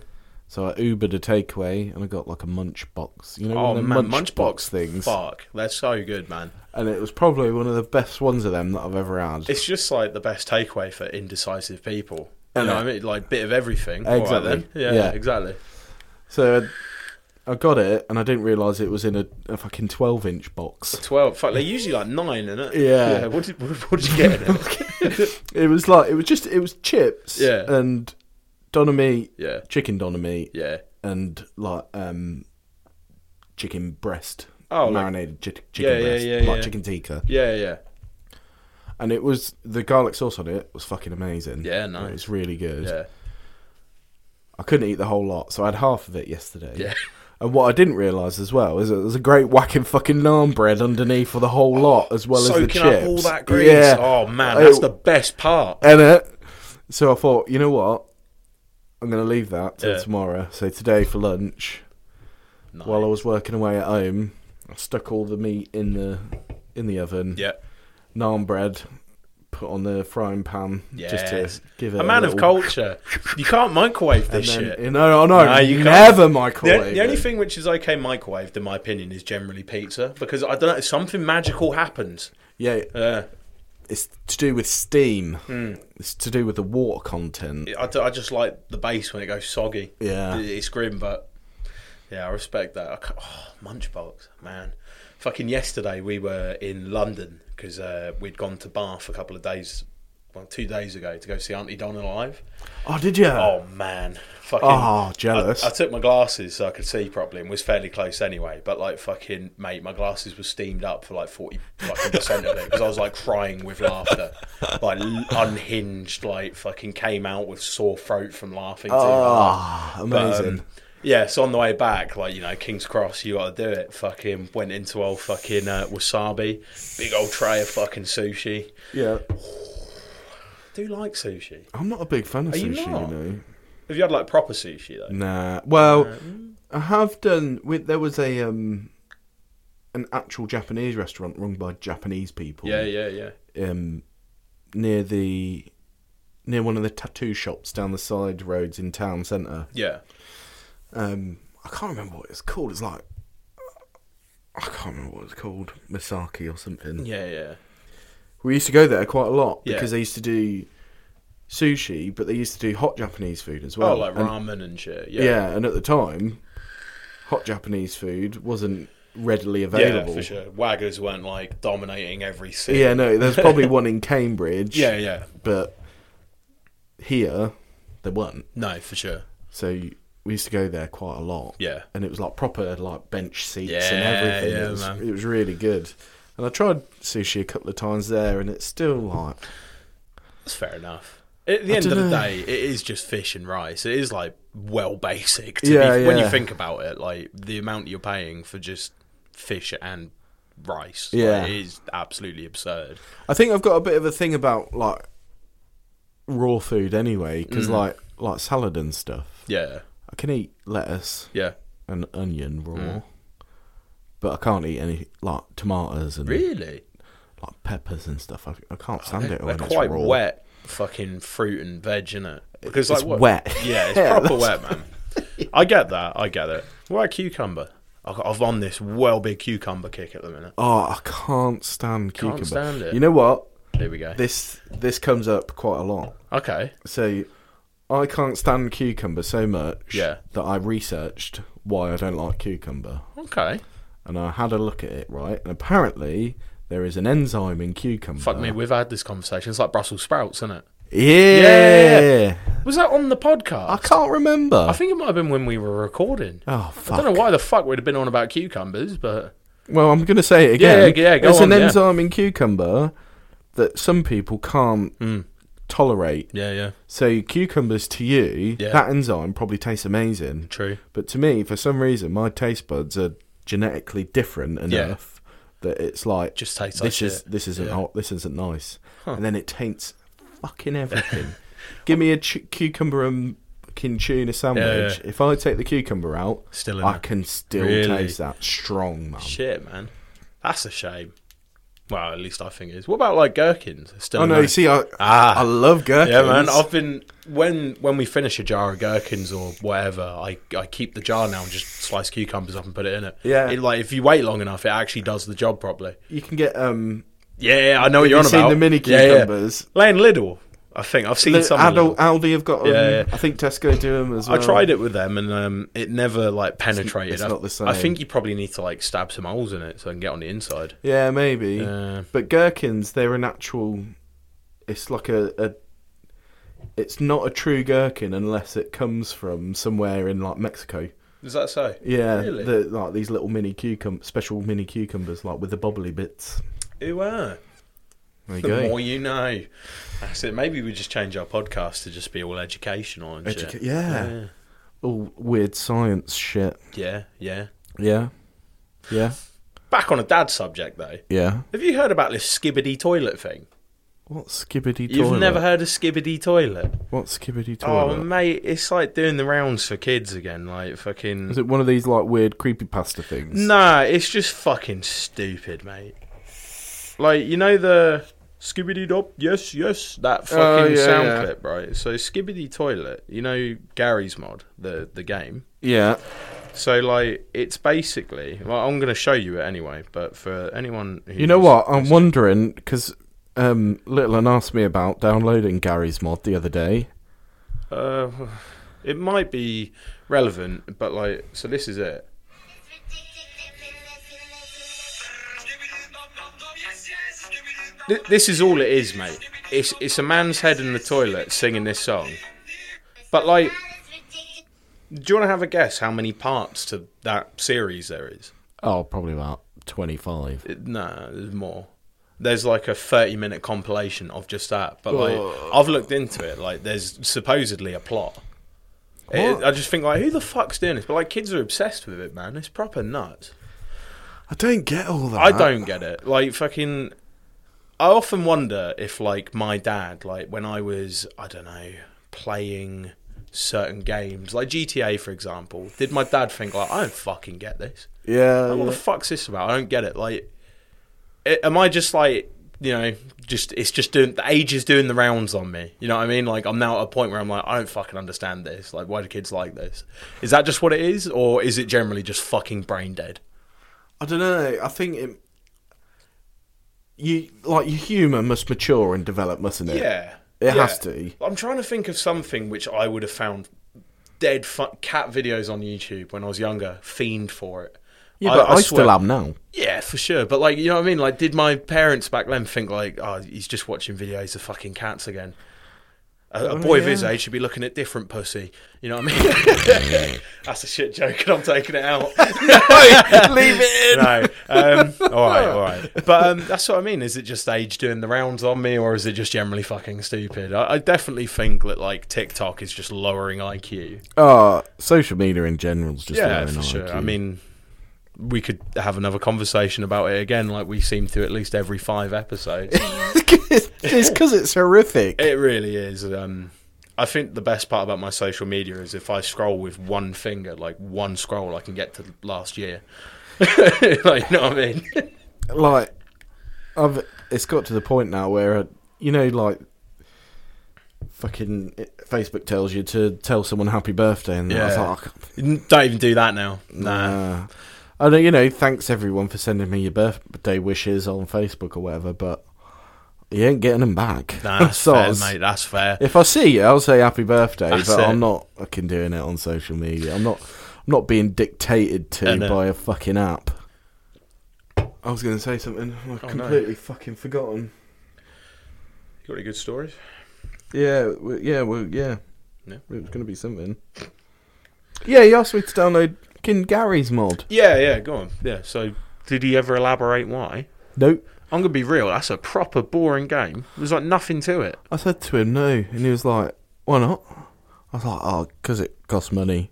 Speaker 3: So I Ubered a takeaway and I got like a munch box. You know, one
Speaker 2: Oh
Speaker 3: of the
Speaker 2: man,
Speaker 3: munch,
Speaker 2: Munchbox
Speaker 3: box things.
Speaker 2: Fuck, they're so good, man.
Speaker 3: And it was probably one of the best ones of them that I've ever had.
Speaker 2: It's just like the best takeaway for indecisive people. You
Speaker 3: Isn't
Speaker 2: know
Speaker 3: it?
Speaker 2: what I mean? Like bit of everything. All right
Speaker 3: Exactly.
Speaker 2: then. Yeah,
Speaker 3: Yeah.
Speaker 2: exactly.
Speaker 3: So I got it and I didn't realise it was in a, a fucking 12 inch box.
Speaker 2: Twelve. Fuck, they're usually like nine, isn't it?
Speaker 3: Yeah.
Speaker 2: What did what, what did you get? in it?
Speaker 3: It was like, it was just, it was chips
Speaker 2: Yeah.
Speaker 3: and doner meat,
Speaker 2: yeah.
Speaker 3: chicken doner meat,
Speaker 2: Yeah.
Speaker 3: and like um, chicken breast.
Speaker 2: Oh, like-
Speaker 3: marinated chi- chicken
Speaker 2: Yeah, yeah,
Speaker 3: breast,
Speaker 2: yeah,
Speaker 3: like
Speaker 2: yeah.
Speaker 3: chicken tikka,
Speaker 2: Yeah. Yeah.
Speaker 3: and it was the garlic sauce on it was fucking amazing.
Speaker 2: Yeah,
Speaker 3: it
Speaker 2: nice.
Speaker 3: was really good.
Speaker 2: Yeah.
Speaker 3: I couldn't eat the whole lot, so I had half of it yesterday.
Speaker 2: Yeah.
Speaker 3: And what I didn't realise as well is that there's a great whacking fucking naan bread underneath for the whole lot, as well as the
Speaker 2: Oh, Soaking
Speaker 3: chips.
Speaker 2: up all that grease.
Speaker 3: Yeah. Uh,
Speaker 2: Oh man, that's
Speaker 3: It-
Speaker 2: the best part.
Speaker 3: And it. So I thought, you know what? I'm going to leave that till
Speaker 2: Yeah.
Speaker 3: tomorrow. So today for lunch,
Speaker 2: Nice.
Speaker 3: while I was working away at home, I stuck all the meat in the in the oven.
Speaker 2: yeah.
Speaker 3: Naan bread, put on the frying pan, just
Speaker 2: Yes.
Speaker 3: to give it
Speaker 2: A man of
Speaker 3: little-
Speaker 2: culture. You can't microwave
Speaker 3: And
Speaker 2: this
Speaker 3: then,
Speaker 2: shit.
Speaker 3: You know, I know.
Speaker 2: Nah, you can't.
Speaker 3: never
Speaker 2: The,
Speaker 3: microwave.
Speaker 2: the only
Speaker 3: it.
Speaker 2: thing which is okay microwaved, in my opinion, is generally pizza because I don't know something magical happens.
Speaker 3: Yeah,
Speaker 2: Uh,
Speaker 3: It's to do with steam.
Speaker 2: Hmm.
Speaker 3: It's to do with the water content.
Speaker 2: I, d- I just like the base when it goes soggy.
Speaker 3: Yeah.
Speaker 2: It- it's grim, but yeah, I respect that. I ca- oh, Munchbox, man. Fucking yesterday we were in London because uh, we'd gone to Bath a couple of days, well, two days ago to go see Auntie Donna live.
Speaker 3: Oh, did you?
Speaker 2: Oh man, fucking.
Speaker 3: Oh, jealous.
Speaker 2: I, I took my glasses so I could see properly and was fairly close anyway. But like fucking mate, my glasses were steamed up for like forty fucking percent of it because I was like crying with laughter, like l- unhinged, like fucking came out with sore throat from laughing. Too hard.
Speaker 3: Ah,
Speaker 2: But, um,
Speaker 3: amazing.
Speaker 2: yeah, so on the way back, like you know, King's Cross, you got to do it. Fucking went into old fucking uh, wasabi, big old tray of fucking sushi.
Speaker 3: yeah.
Speaker 2: I do like sushi.
Speaker 3: I'm not a big fan of
Speaker 2: Are
Speaker 3: sushi,
Speaker 2: you
Speaker 3: you,
Speaker 2: not?
Speaker 3: know.
Speaker 2: Have you had like proper sushi
Speaker 3: Mm.
Speaker 2: though?
Speaker 3: Nah. Well,
Speaker 2: Uh,
Speaker 3: I have done. With, there was a um, an actual Japanese restaurant run by Japanese people.
Speaker 2: Yeah, yeah, yeah.
Speaker 3: Um, near the near one of the tattoo shops down the side roads in town centre.
Speaker 2: Yeah.
Speaker 3: um, I can't remember what it's called. It's like I can't remember what it's called, Misaki or something.
Speaker 2: Yeah, yeah.
Speaker 3: We used to go there quite a lot
Speaker 2: Yeah.
Speaker 3: because they used to do sushi, but they used to do hot Japanese food as well.
Speaker 2: Oh, like
Speaker 3: And-
Speaker 2: ramen and shit.
Speaker 3: yeah.
Speaker 2: Yeah.
Speaker 3: and at the time, hot Japanese food wasn't readily
Speaker 2: Yeah,
Speaker 3: available.
Speaker 2: for sure. Waggers weren't like dominating every scene.
Speaker 3: Yeah, no, there's probably one in Cambridge.
Speaker 2: Yeah, yeah.
Speaker 3: but here there weren't.
Speaker 2: No, for sure.
Speaker 3: So we used to go there quite a lot.
Speaker 2: Yeah.
Speaker 3: And it was like proper like bench seats and
Speaker 2: Yeah,
Speaker 3: everything.
Speaker 2: yeah,
Speaker 3: it, was,
Speaker 2: man.
Speaker 3: it was really good. And I tried sushi a couple of times there and it's still like
Speaker 2: That's fair enough. At the end of
Speaker 3: dunno.
Speaker 2: the day, it is just fish and rice. It is like well basic. To
Speaker 3: Yeah,
Speaker 2: be, When you
Speaker 3: yeah.
Speaker 2: think about it, like the amount you're paying for just fish and rice, like,
Speaker 3: Yeah.
Speaker 2: it is absolutely absurd.
Speaker 3: I think I've got a bit of a thing about like raw food anyway cuz
Speaker 2: Mm.
Speaker 3: like like salad and stuff.
Speaker 2: Yeah,
Speaker 3: I can eat lettuce
Speaker 2: yeah.
Speaker 3: and onion raw.
Speaker 2: Mm.
Speaker 3: But I can't eat any like tomatoes and
Speaker 2: Really, Oh,
Speaker 3: like peppers and stuff. I, I can't stand
Speaker 2: they're,
Speaker 3: it when
Speaker 2: they're
Speaker 3: it's
Speaker 2: quite
Speaker 3: raw.
Speaker 2: wet. Fucking fruit and veg, innit? Because
Speaker 3: it's
Speaker 2: like what-
Speaker 3: wet.
Speaker 2: Yeah, it's
Speaker 3: Yeah,
Speaker 2: proper wet, man. I get that. I get it. Why a cucumber? I've got- I've on this well big cucumber kick at the minute.
Speaker 3: Oh, I can't stand cucumber.
Speaker 2: Can't stand it.
Speaker 3: You know what?
Speaker 2: There we go.
Speaker 3: This this comes up quite a lot.
Speaker 2: Okay.
Speaker 3: So I can't stand cucumber so much
Speaker 2: Yeah.
Speaker 3: that I researched why I don't like cucumber.
Speaker 2: Okay.
Speaker 3: And I had a look at it, right? And apparently there is an enzyme in cucumber.
Speaker 2: Fuck me, we've had this conversation. It's like Brussels sprouts, isn't it?
Speaker 3: Yeah.
Speaker 2: Yeah. Was that on the podcast?
Speaker 3: I can't remember.
Speaker 2: I think it might have been when we were recording.
Speaker 3: oh
Speaker 2: I
Speaker 3: fuck.
Speaker 2: don't know why the fuck we'd have been on about cucumbers, but
Speaker 3: Well, I'm going to say it
Speaker 2: Yeah,
Speaker 3: again.
Speaker 2: yeah, yeah, go
Speaker 3: There's
Speaker 2: on,
Speaker 3: an
Speaker 2: yeah.
Speaker 3: enzyme in cucumber that some people can't
Speaker 2: Hmm.
Speaker 3: tolerate.
Speaker 2: yeah, yeah,
Speaker 3: So cucumbers to you,
Speaker 2: Yeah.
Speaker 3: that enzyme probably tastes amazing.
Speaker 2: true.
Speaker 3: But to me, for some reason, my taste buds are genetically different
Speaker 2: Yeah.
Speaker 3: enough that it's like
Speaker 2: Just tastes like
Speaker 3: this is
Speaker 2: shit.
Speaker 3: this isn't
Speaker 2: Yeah.
Speaker 3: hot, this isn't nice, and then it taints fucking everything. Give me a ch- cucumber and fucking tuna sandwich.
Speaker 2: yeah.
Speaker 3: If I take the cucumber out,
Speaker 2: Still in
Speaker 3: I
Speaker 2: it.
Speaker 3: can still
Speaker 2: Really?
Speaker 3: taste that strong, man.
Speaker 2: Shit, man, that's a shame. Well, at least I think it is. What about like gherkins? Still
Speaker 3: Oh
Speaker 2: a
Speaker 3: no,
Speaker 2: no.
Speaker 3: you see, I I
Speaker 2: ah,
Speaker 3: love gherkins.
Speaker 2: yeah, man. I've been when when we finish a jar of gherkins or whatever, I I keep the jar now and just slice cucumbers up and put it in it.
Speaker 3: Yeah.
Speaker 2: It, like if you wait long enough, it actually does the job properly.
Speaker 3: you can get um.
Speaker 2: Yeah, yeah I know what Oh,
Speaker 3: Have
Speaker 2: you're
Speaker 3: you
Speaker 2: on
Speaker 3: seen
Speaker 2: about.
Speaker 3: the mini
Speaker 2: Yeah, yeah.
Speaker 3: cucumbers?
Speaker 2: Lay in Lidl. I think I've seen
Speaker 3: The
Speaker 2: some. in
Speaker 3: adult Aldi have got them.
Speaker 2: Yeah, yeah.
Speaker 3: I think Tesco do them as
Speaker 2: I
Speaker 3: well.
Speaker 2: tried it with them and um, it never like penetrated.
Speaker 3: it's
Speaker 2: I-
Speaker 3: not the same.
Speaker 2: I think you probably need to like stab some holes in it so I can get on the inside. Uh,
Speaker 3: Yeah, maybe.
Speaker 2: Yeah.
Speaker 3: But gherkins, they're an actual. It's like a, a. It's not a true gherkin unless it comes from somewhere in like Mexico.
Speaker 2: Does that so?
Speaker 3: Yeah,
Speaker 2: Really?
Speaker 3: the, like these little mini cucum, special mini cucumbers, like with the bobbly bits.
Speaker 2: Ooh, ah.
Speaker 3: There you
Speaker 2: The
Speaker 3: go.
Speaker 2: more you know. That's it. Maybe we just change our podcast to just be all educational and
Speaker 3: Educa-
Speaker 2: shit.
Speaker 3: yeah.
Speaker 2: Yeah.
Speaker 3: all weird science shit.
Speaker 2: Yeah, yeah.
Speaker 3: Yeah, yeah,
Speaker 2: Back on a dad subject though.
Speaker 3: yeah.
Speaker 2: Have you heard about this skibbity toilet thing?
Speaker 3: What skibbity toilet?
Speaker 2: You've never heard of skibbity toilet?
Speaker 3: What skibbity
Speaker 2: Oh
Speaker 3: toilet?
Speaker 2: mate, it's like doing the rounds for kids again, like fucking
Speaker 3: Is it one of these like weird creepy pasta things?
Speaker 2: Nah, it's just fucking stupid, mate. Like, you know the skibbity dop, yes, yes, that fucking
Speaker 3: Oh, yeah,
Speaker 2: sound
Speaker 3: yeah.
Speaker 2: clip, right? So skibbity toilet, you know Gary's mod, the the game.
Speaker 3: Yeah.
Speaker 2: So like it's basically well, I'm gonna show you it anyway, but for anyone who
Speaker 3: You know what? I'm wondering because um, Little Un asked me about downloading Gary's mod the other day.
Speaker 2: uh, it might be relevant, but like so this is it. Th- this is all it is, mate. It's it's a man's head in the toilet singing this song. But like, do you want to have a guess how many parts to that series there is?
Speaker 3: Oh, probably about 25.
Speaker 2: It, nah, there's more. There's like a 30 minute compilation of just that. But like, I've looked into it. Like, there's supposedly a plot. It-
Speaker 3: What?
Speaker 2: I just think like, who the fuck's doing this? But like, kids are obsessed with it, man. It's proper nuts.
Speaker 3: I don't get all that.
Speaker 2: I don't get it. Like fucking, I often wonder if like my dad, like when I was, I don't know, playing certain games, like GTA for example, did my dad think like I don't fucking get this?
Speaker 3: Oh, Yeah.
Speaker 2: Like, what the fuck's this about? I don't get it. Like, it, am I just like you know, just it's just doing the age is doing the rounds on me. You know what I mean? Like I'm now at a point where I'm like I don't fucking understand this. Like why do kids like this? Is that just what it is, or is it generally just fucking brain dead?
Speaker 3: I don't know. I think it. You like your humour must mature and develop, mustn't it?
Speaker 2: Yeah.
Speaker 3: It
Speaker 2: Yeah.
Speaker 3: has to.
Speaker 2: I'm trying to think of something which I would have found dead fu- cat videos on YouTube when I was younger, fiend for it.
Speaker 3: Yeah, but I,
Speaker 2: swear-
Speaker 3: still am now.
Speaker 2: Yeah, for sure. But like, you know what I mean? Like, did my parents back then think like, oh, he's just watching videos of fucking cats again? A, a boy of his age should be looking at different pussy. You know what I mean? That's a shit joke, and I'm taking it out.
Speaker 3: Leave it
Speaker 2: no, um, all right, all right. But um, that's what I mean. Is it just age doing the rounds on me, or is it just generally fucking stupid? I, I definitely think that like TikTok is just lowering IQ.
Speaker 3: Oh, social media in general is just
Speaker 2: yeah,
Speaker 3: lowering
Speaker 2: for sure.
Speaker 3: IQ.
Speaker 2: I mean, we could have another conversation about it again, like we seem to at least every five episodes.
Speaker 3: it's because it's horrific.
Speaker 2: it really is. Um, I think the best part about my social media is if I scroll with one finger, like one scroll, I can get to last year. like, you know what I mean?
Speaker 3: Like, I've it's got to the point now where uh, you know, like, fucking Facebook tells you to tell someone happy birthday, and I was
Speaker 2: Yeah. Uh.
Speaker 3: like, "Oh, c-
Speaker 2: Don't even do that now. Nah.
Speaker 3: nah. I know, you know, thanks everyone for sending me your birthday wishes on Facebook or whatever, but you ain't getting them back.
Speaker 2: Nah, that's
Speaker 3: So I
Speaker 2: fair,
Speaker 3: was-
Speaker 2: mate. That's fair.
Speaker 3: If I see you, I'll say happy birthday,
Speaker 2: That's
Speaker 3: but
Speaker 2: it.
Speaker 3: I'm not fucking doing it on social media. I'm not I'm not being dictated to
Speaker 2: I know.
Speaker 3: by a fucking app. I was going to say something.
Speaker 2: Oh,
Speaker 3: I've
Speaker 2: completely
Speaker 3: fucking forgotten.
Speaker 2: You got any good stories?
Speaker 3: Yeah, w- yeah, well, yeah.
Speaker 2: Yeah.
Speaker 3: It was going to be something. Yeah, he asked me to download Kin Gary's mod.
Speaker 2: Yeah, yeah. Go on. Yeah. So, did he ever elaborate why?
Speaker 3: Nope.
Speaker 2: I'm gonna be real. That's a proper boring game. There's like nothing to it.
Speaker 3: I said to him no, and he was like, "Why not?" I was like, "Oh, because it costs money."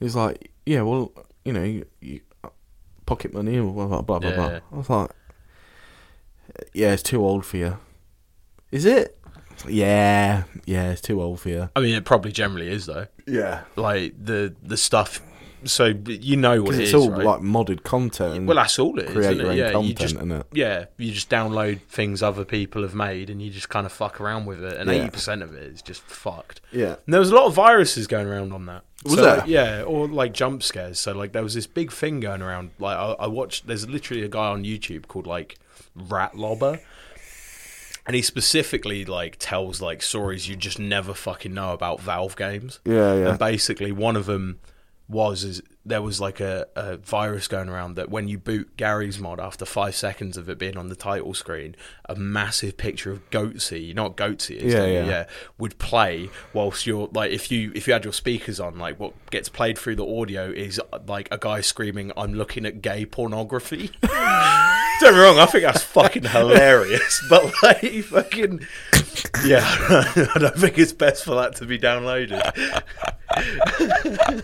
Speaker 3: He was like, "Yeah, well, you know, you, you, pocket money and blah blah blah blah." blah.
Speaker 2: Yeah.
Speaker 3: I was like, "Yeah, it's too old for you." Is it? Yeah, yeah, it's too old for you.
Speaker 2: I mean, it probably generally is though.
Speaker 3: Yeah,
Speaker 2: Like the the stuff so you know what
Speaker 3: Because
Speaker 2: it
Speaker 3: it's
Speaker 2: is,
Speaker 3: all
Speaker 2: right?
Speaker 3: like modded content. And
Speaker 2: well, that's all it is.
Speaker 3: create
Speaker 2: isn't it?
Speaker 3: your own
Speaker 2: yeah, you
Speaker 3: content,
Speaker 2: just
Speaker 3: and it.
Speaker 2: yeah, you just download things other people have made and you just kind of fuck around with it, and
Speaker 3: Yeah.
Speaker 2: eighty percent of it is just fucked.
Speaker 3: Yeah.
Speaker 2: And there was a lot of viruses going around on that.
Speaker 3: Was
Speaker 2: So,
Speaker 3: there?
Speaker 2: Yeah, or like jump scares. So like there was this big thing going around. Like I, I watched. There's literally a guy on YouTube called like Rat Lobber. And he specifically like tells like stories you just never fucking know about Valve games.
Speaker 3: Yeah, yeah.
Speaker 2: And basically, one of them was is there was like a, a virus going around that when you boot Gary's mod after five seconds of it being on the title screen, a massive picture of Goatsy, not Goatsy, is
Speaker 3: Yeah,
Speaker 2: it?
Speaker 3: yeah.
Speaker 2: would play whilst you're like if you if you had your speakers on, like what gets played through the audio is uh, like a guy screaming, "I'm looking at gay pornography." Don't get me wrong, I think that's fucking hilarious, but like fucking yeah, I don't think it's best for that to be downloaded.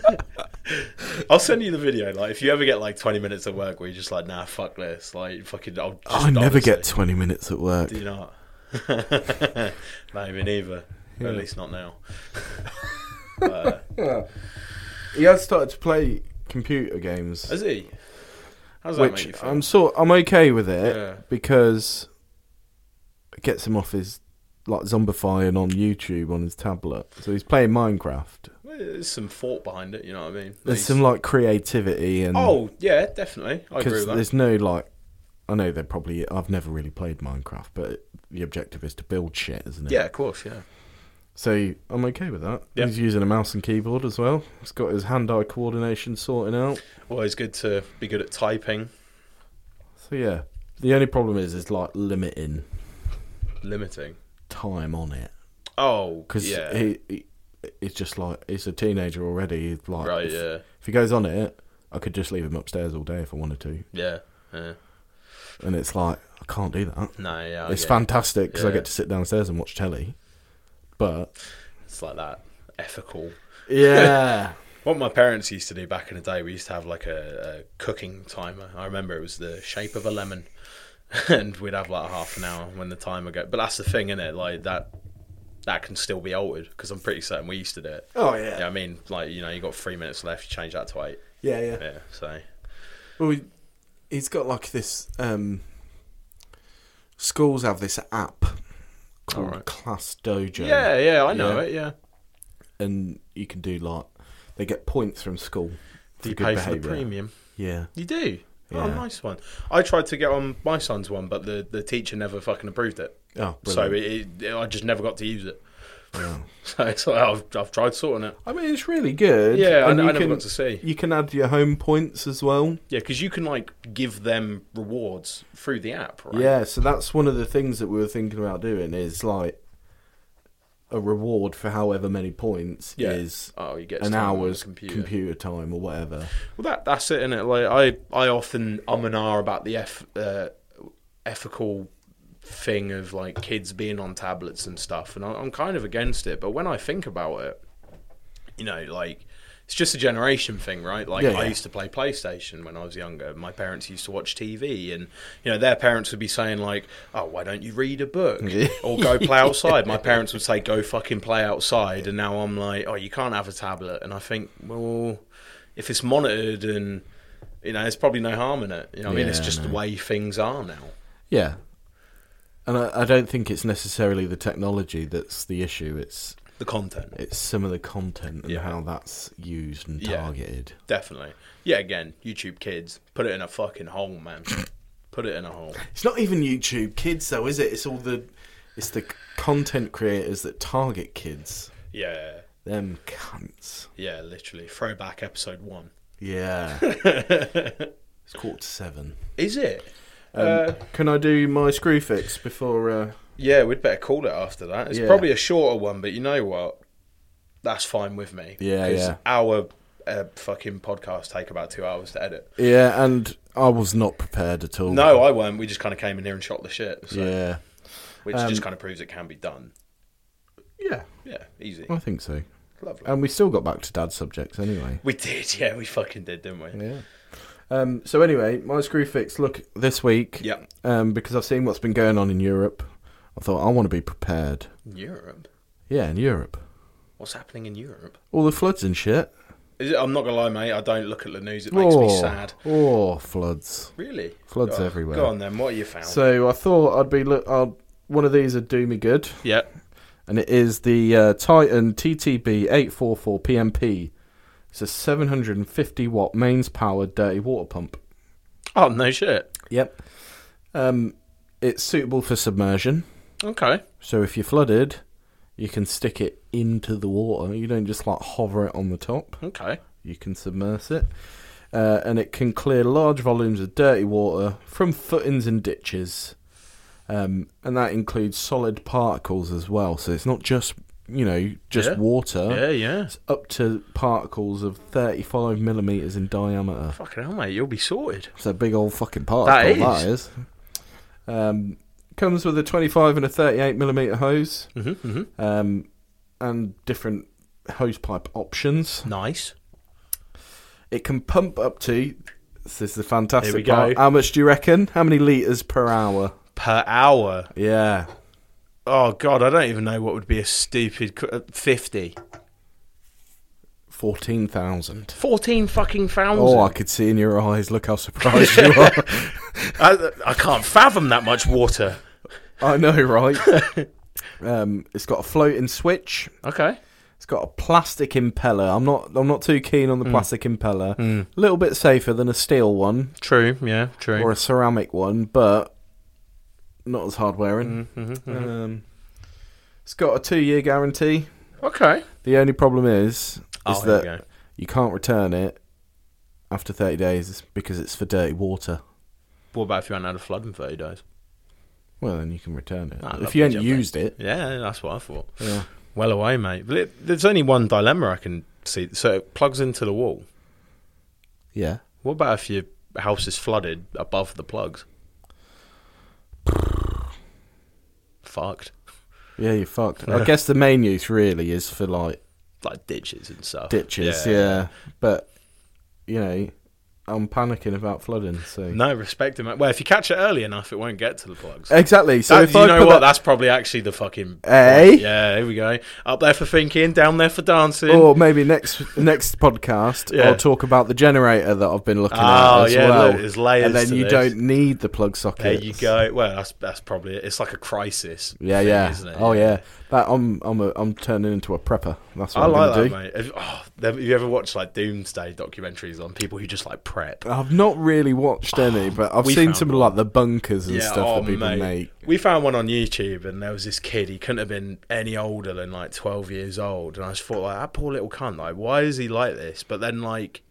Speaker 2: I'll send you the video. Like, if you ever get like twenty minutes at work where you're just like, nah, fuck this. Like, fucking, I'll just,
Speaker 3: I never get
Speaker 2: honestly,
Speaker 3: 20 minutes at work.
Speaker 2: Do you not? not even either. At least not now. but,
Speaker 3: He has started to play computer games.
Speaker 2: is he? How's that make
Speaker 3: which
Speaker 2: you feel?
Speaker 3: I'm sort I'm okay with it
Speaker 2: Yeah.
Speaker 3: because it gets him off his like zombifying on YouTube on his tablet. So he's playing Minecraft.
Speaker 2: There's some thought behind it. You know what I mean?
Speaker 3: There's
Speaker 2: He's-
Speaker 3: some like creativity and
Speaker 2: Oh yeah, definitely. I agree
Speaker 3: because
Speaker 2: with that.
Speaker 3: there's no like I know they're probably I've never really played Minecraft, but the objective is to build shit, isn't it?
Speaker 2: Yeah, of course. Yeah.
Speaker 3: So I'm okay with that.
Speaker 2: Yeah.
Speaker 3: He's using a mouse and keyboard as well. He's got his hand-eye coordination sorting out.
Speaker 2: Always good to be good at typing.
Speaker 3: So yeah, the only problem is is like limiting
Speaker 2: Limiting.
Speaker 3: time on it.
Speaker 2: Oh,
Speaker 3: because
Speaker 2: yeah.
Speaker 3: he, he it's just like he's a teenager already. he's Like,
Speaker 2: right.
Speaker 3: if,
Speaker 2: Yeah.
Speaker 3: if he goes on it, I could just leave him upstairs all day if I wanted to,
Speaker 2: Yeah. Yeah.
Speaker 3: and it's like I can't do that.
Speaker 2: No. Yeah. I
Speaker 3: it's
Speaker 2: get it.
Speaker 3: fantastic 'cause fantastic because I
Speaker 2: Yeah.
Speaker 3: get to sit downstairs and watch telly, but
Speaker 2: It's like that ethical.
Speaker 3: yeah,
Speaker 2: What my parents used to do back in the day, we used to have like a, a cooking timer. I remember it was the shape of a lemon, and we'd have like half an hour when the timer go. But that's the thing, isn't it? Like that, that can still be altered because I'm pretty certain we used to do it.
Speaker 3: oh
Speaker 2: Yeah.
Speaker 3: yeah,
Speaker 2: I mean, like you know, you got three minutes left. You change that to eight.
Speaker 3: yeah, yeah.
Speaker 2: Yeah. So
Speaker 3: Well, he- he's got like this. um Schools have this app called
Speaker 2: Alright.
Speaker 3: Class Dojo.
Speaker 2: yeah, yeah, I know
Speaker 3: Yeah.
Speaker 2: it. Yeah.
Speaker 3: and you can do like they get points from school.
Speaker 2: Do
Speaker 3: for
Speaker 2: you
Speaker 3: good
Speaker 2: pay for the
Speaker 3: behaviour.
Speaker 2: premium?
Speaker 3: Yeah.
Speaker 2: You do. Oh,
Speaker 3: Yeah.
Speaker 2: nice one. I tried to get on my son's one, but the, the teacher never fucking approved it.
Speaker 3: Oh,
Speaker 2: So it, it, I just never got to use it. so it's like I've, I've tried sorting it.
Speaker 3: I mean, it's really good.
Speaker 2: Yeah, I, I
Speaker 3: and you
Speaker 2: never
Speaker 3: can
Speaker 2: got to see.
Speaker 3: you can add your home points as well.
Speaker 2: Yeah, because you can like give them rewards through the app, right?
Speaker 3: Yeah, so that's one of the things that we were thinking about doing is like a reward for however many points
Speaker 2: Yeah.
Speaker 3: is
Speaker 2: Oh, you get
Speaker 3: an
Speaker 2: time on the
Speaker 3: hour's computer. time or whatever.
Speaker 2: Well, that that's it, innit? Like I, I often um and ah about the eff, uh, ethical thing of like kids being on tablets and stuff, and I, I'm kind of against it. But when I think about it, you know, like it's just a generation thing, right? Like
Speaker 3: Yeah, yeah.
Speaker 2: I used to play PlayStation when I was younger. My parents used to watch TV, and you know, their parents would be saying like, "Oh, why don't you read a book or go play outside?" My parents would say, "Go fucking play outside," and now I'm like, "Oh, you can't have a tablet," and I think, well, if it's monitored and you know, there's probably no harm in it. You know, what I mean, it's
Speaker 3: Yeah,
Speaker 2: just the
Speaker 3: no.
Speaker 2: way things are now.
Speaker 3: Yeah. And I, I don't think it's necessarily the technology that's the issue. It's
Speaker 2: The content,
Speaker 3: it's some of the content and
Speaker 2: Yeah.
Speaker 3: how that's used and
Speaker 2: Yeah.
Speaker 3: targeted.
Speaker 2: definitely. Yeah, again, YouTube kids, put it in a fucking hole, man. Put it in a hole.
Speaker 3: It's not even YouTube kids though, is it? It's all the it's the content creators that target kids.
Speaker 2: Yeah,
Speaker 3: Them cunts.
Speaker 2: yeah, literally. Throwback episode one.
Speaker 3: Yeah. it's quarter to seven.
Speaker 2: Is it?
Speaker 3: Um,
Speaker 2: Uh,
Speaker 3: can I do my screw fix before? Uh,
Speaker 2: Yeah, we'd better call it after that. It's
Speaker 3: Yeah.
Speaker 2: probably a shorter one, but you know what? That's fine with me.
Speaker 3: Yeah,
Speaker 2: 'Cause
Speaker 3: yeah.
Speaker 2: Our uh, fucking podcast take about two hours to edit.
Speaker 3: yeah, and I was not prepared at all.
Speaker 2: No, I weren't. We just kind of came in here and shot the shit, so,
Speaker 3: yeah. Um,
Speaker 2: which just kind of proves it can be done.
Speaker 3: Yeah,
Speaker 2: Yeah, easy,
Speaker 3: I think so.
Speaker 2: lovely.
Speaker 3: And we still got back to dad subjects anyway.
Speaker 2: we did, yeah, we fucking did, didn't we?
Speaker 3: Yeah. Um, so anyway, my screw fix. Look, this week.
Speaker 2: Yep.
Speaker 3: Um, because I've seen what's been going on in Europe, I thought I want to be prepared.
Speaker 2: Europe.
Speaker 3: Yeah, in Europe,
Speaker 2: What's happening in Europe?
Speaker 3: all the floods and shit.
Speaker 2: Is it, I'm not gonna lie, mate. I don't look at the news. It makes me sad.
Speaker 3: Oh, floods.
Speaker 2: Really?
Speaker 3: Oh. Floods
Speaker 2: Go on-
Speaker 3: everywhere.
Speaker 2: Go on then. What have you found?
Speaker 3: So I thought I'd be look. I'll, one of these would do me good,
Speaker 2: yeah.
Speaker 3: and it is the uh, Titan TTB 844 PMP. It's a 750 watt mains powered dirty water pump.
Speaker 2: Oh no shit.
Speaker 3: Yep. Um, it's suitable for submersion.
Speaker 2: Okay.
Speaker 3: So if you're flooded, you can stick it into the water. You don't just like hover it on the top.
Speaker 2: Okay.
Speaker 3: You can submerse it. Uh, and it can clear large volumes of dirty water from footings and ditches. Um, and that includes solid particles as well. So it's not just, you know, just
Speaker 2: Yeah.
Speaker 3: water.
Speaker 2: Yeah, yeah.
Speaker 3: It's up to particles of 35 millimetres in diameter.
Speaker 2: Fucking hell, mate. You'll be sorted.
Speaker 3: It's a big old fucking particle,
Speaker 2: That
Speaker 3: that is. Um, comes with a 25 and a 38 millimetre hose
Speaker 2: hmm hmm
Speaker 3: um, and different hose pipe options.
Speaker 2: Nice.
Speaker 3: It can pump up to. This is the fantastic
Speaker 2: Here we go.
Speaker 3: part. How much do you reckon? How many liters per hour?
Speaker 2: Per hour.
Speaker 3: Yeah,
Speaker 2: Oh god, I don't even know what would be a stupid qu- uh, fifty.
Speaker 3: fourteen thousand.
Speaker 2: Fourteen fucking thousand.
Speaker 3: Oh, I could see in your eyes. Look how surprised you are.
Speaker 2: I, I can't fathom that much water.
Speaker 3: I know, right? um, it's got a floating switch.
Speaker 2: Okay.
Speaker 3: It's got a plastic impeller. I'm not. I'm not too keen on the
Speaker 2: Hmm.
Speaker 3: plastic impeller.
Speaker 2: Mm.
Speaker 3: A little bit safer than a steel one
Speaker 2: True. Yeah. True.
Speaker 3: or a ceramic one, but not as hard wearing.
Speaker 2: Mhm, mhm.
Speaker 3: Um, it's got a two-year guarantee.
Speaker 2: Okay.
Speaker 3: The only problem is, is
Speaker 2: Oh, here
Speaker 3: that
Speaker 2: we go.
Speaker 3: you can't return it after 30 days because it's for dirty water.
Speaker 2: What about if you ran out of flood in thirty days?
Speaker 3: Well, then you can return it
Speaker 2: Ah,
Speaker 3: if
Speaker 2: lovely
Speaker 3: you hadn't
Speaker 2: job, mate.
Speaker 3: used it.
Speaker 2: Yeah, that's what I thought.
Speaker 3: Yeah.
Speaker 2: Well away, mate. But it, there's only one dilemma I can see. So it plugs into the wall.
Speaker 3: Yeah.
Speaker 2: What about if your house is flooded above the plugs? Fucked.
Speaker 3: Yeah, you're fucked. I guess the main use really is for like
Speaker 2: Like ditches and stuff.
Speaker 3: ditches. Yeah. But you know, I'm panicking about flooding. So
Speaker 2: No, respect him. Well, if you catch it early enough, it won't get to the plugs.
Speaker 3: exactly. Eh, So
Speaker 2: That-
Speaker 3: if
Speaker 2: you
Speaker 3: I
Speaker 2: know
Speaker 3: put
Speaker 2: what?
Speaker 3: that-
Speaker 2: That's probably actually the fucking.
Speaker 3: Eh?
Speaker 2: point. Yeah, here we go. Up there for thinking, down there for dancing.
Speaker 3: or maybe next next podcast,
Speaker 2: Yeah.
Speaker 3: I'll talk about the generator that I've been looking
Speaker 2: oh
Speaker 3: at as
Speaker 2: yeah,
Speaker 3: well.
Speaker 2: look, there's layers.
Speaker 3: and then
Speaker 2: to
Speaker 3: you
Speaker 2: this.
Speaker 3: don't need the plug
Speaker 2: There
Speaker 3: socket.
Speaker 2: you go. Well, that's that's probably it. It's like a crisis.
Speaker 3: Yeah,
Speaker 2: thing,
Speaker 3: yeah.
Speaker 2: Isn't it?
Speaker 3: Oh yeah. That I'm I'm a, I'm turning into a prepper. That's what
Speaker 2: I
Speaker 3: am
Speaker 2: like that,
Speaker 3: gonna do.
Speaker 2: mate. Have, oh, have you ever watched like doomsday documentaries on people who just like prep?
Speaker 3: I've not really watched any, but I've
Speaker 2: we
Speaker 3: seen
Speaker 2: found
Speaker 3: some
Speaker 2: one.
Speaker 3: like the bunkers and stuff
Speaker 2: oh,
Speaker 3: that people make.
Speaker 2: We found one on YouTube, and there was this kid. He couldn't have been any older than like twelve years old. And I just thought, like, that poor little cunt. Like, why is he like this? But then, like,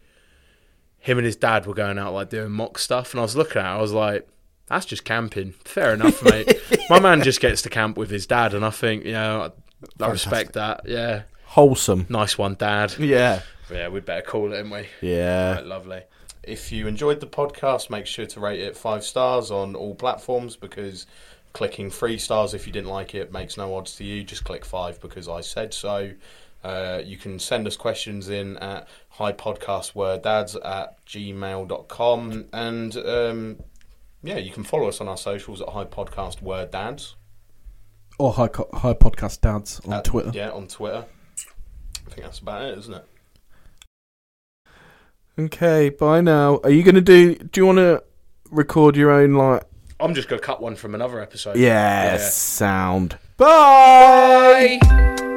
Speaker 2: him and his dad were going out like doing mock stuff, and I was looking at. it, I was like, that's just camping. Fair enough, mate. My man just gets to camp with his dad, and I think, you know, I, I respect that. Yeah,
Speaker 3: Wholesome.
Speaker 2: nice one, dad.
Speaker 3: Yeah.
Speaker 2: Yeah, we would better call it, hadn't we?
Speaker 3: Yeah.
Speaker 2: Right, lovely. If you enjoyed the podcast, make sure to rate it five stars on all platforms because clicking three stars if you didn't like it makes no odds to you. Just click five because I said so. Uh, you can send us questions in at highpodcastworddads at gmail.com. And um, yeah, you can follow us on our socials at highpodcastworddads.
Speaker 3: Or high co- high podcast dads on
Speaker 2: At-
Speaker 3: Twitter.
Speaker 2: Yeah, on Twitter. I think that's about it, isn't it?
Speaker 3: Okay, bye now. Are you gonna do? Do you want to record your own like?
Speaker 2: I'm just going to cut one from another episode.
Speaker 3: Yeah, sound. Bye.
Speaker 2: Bye.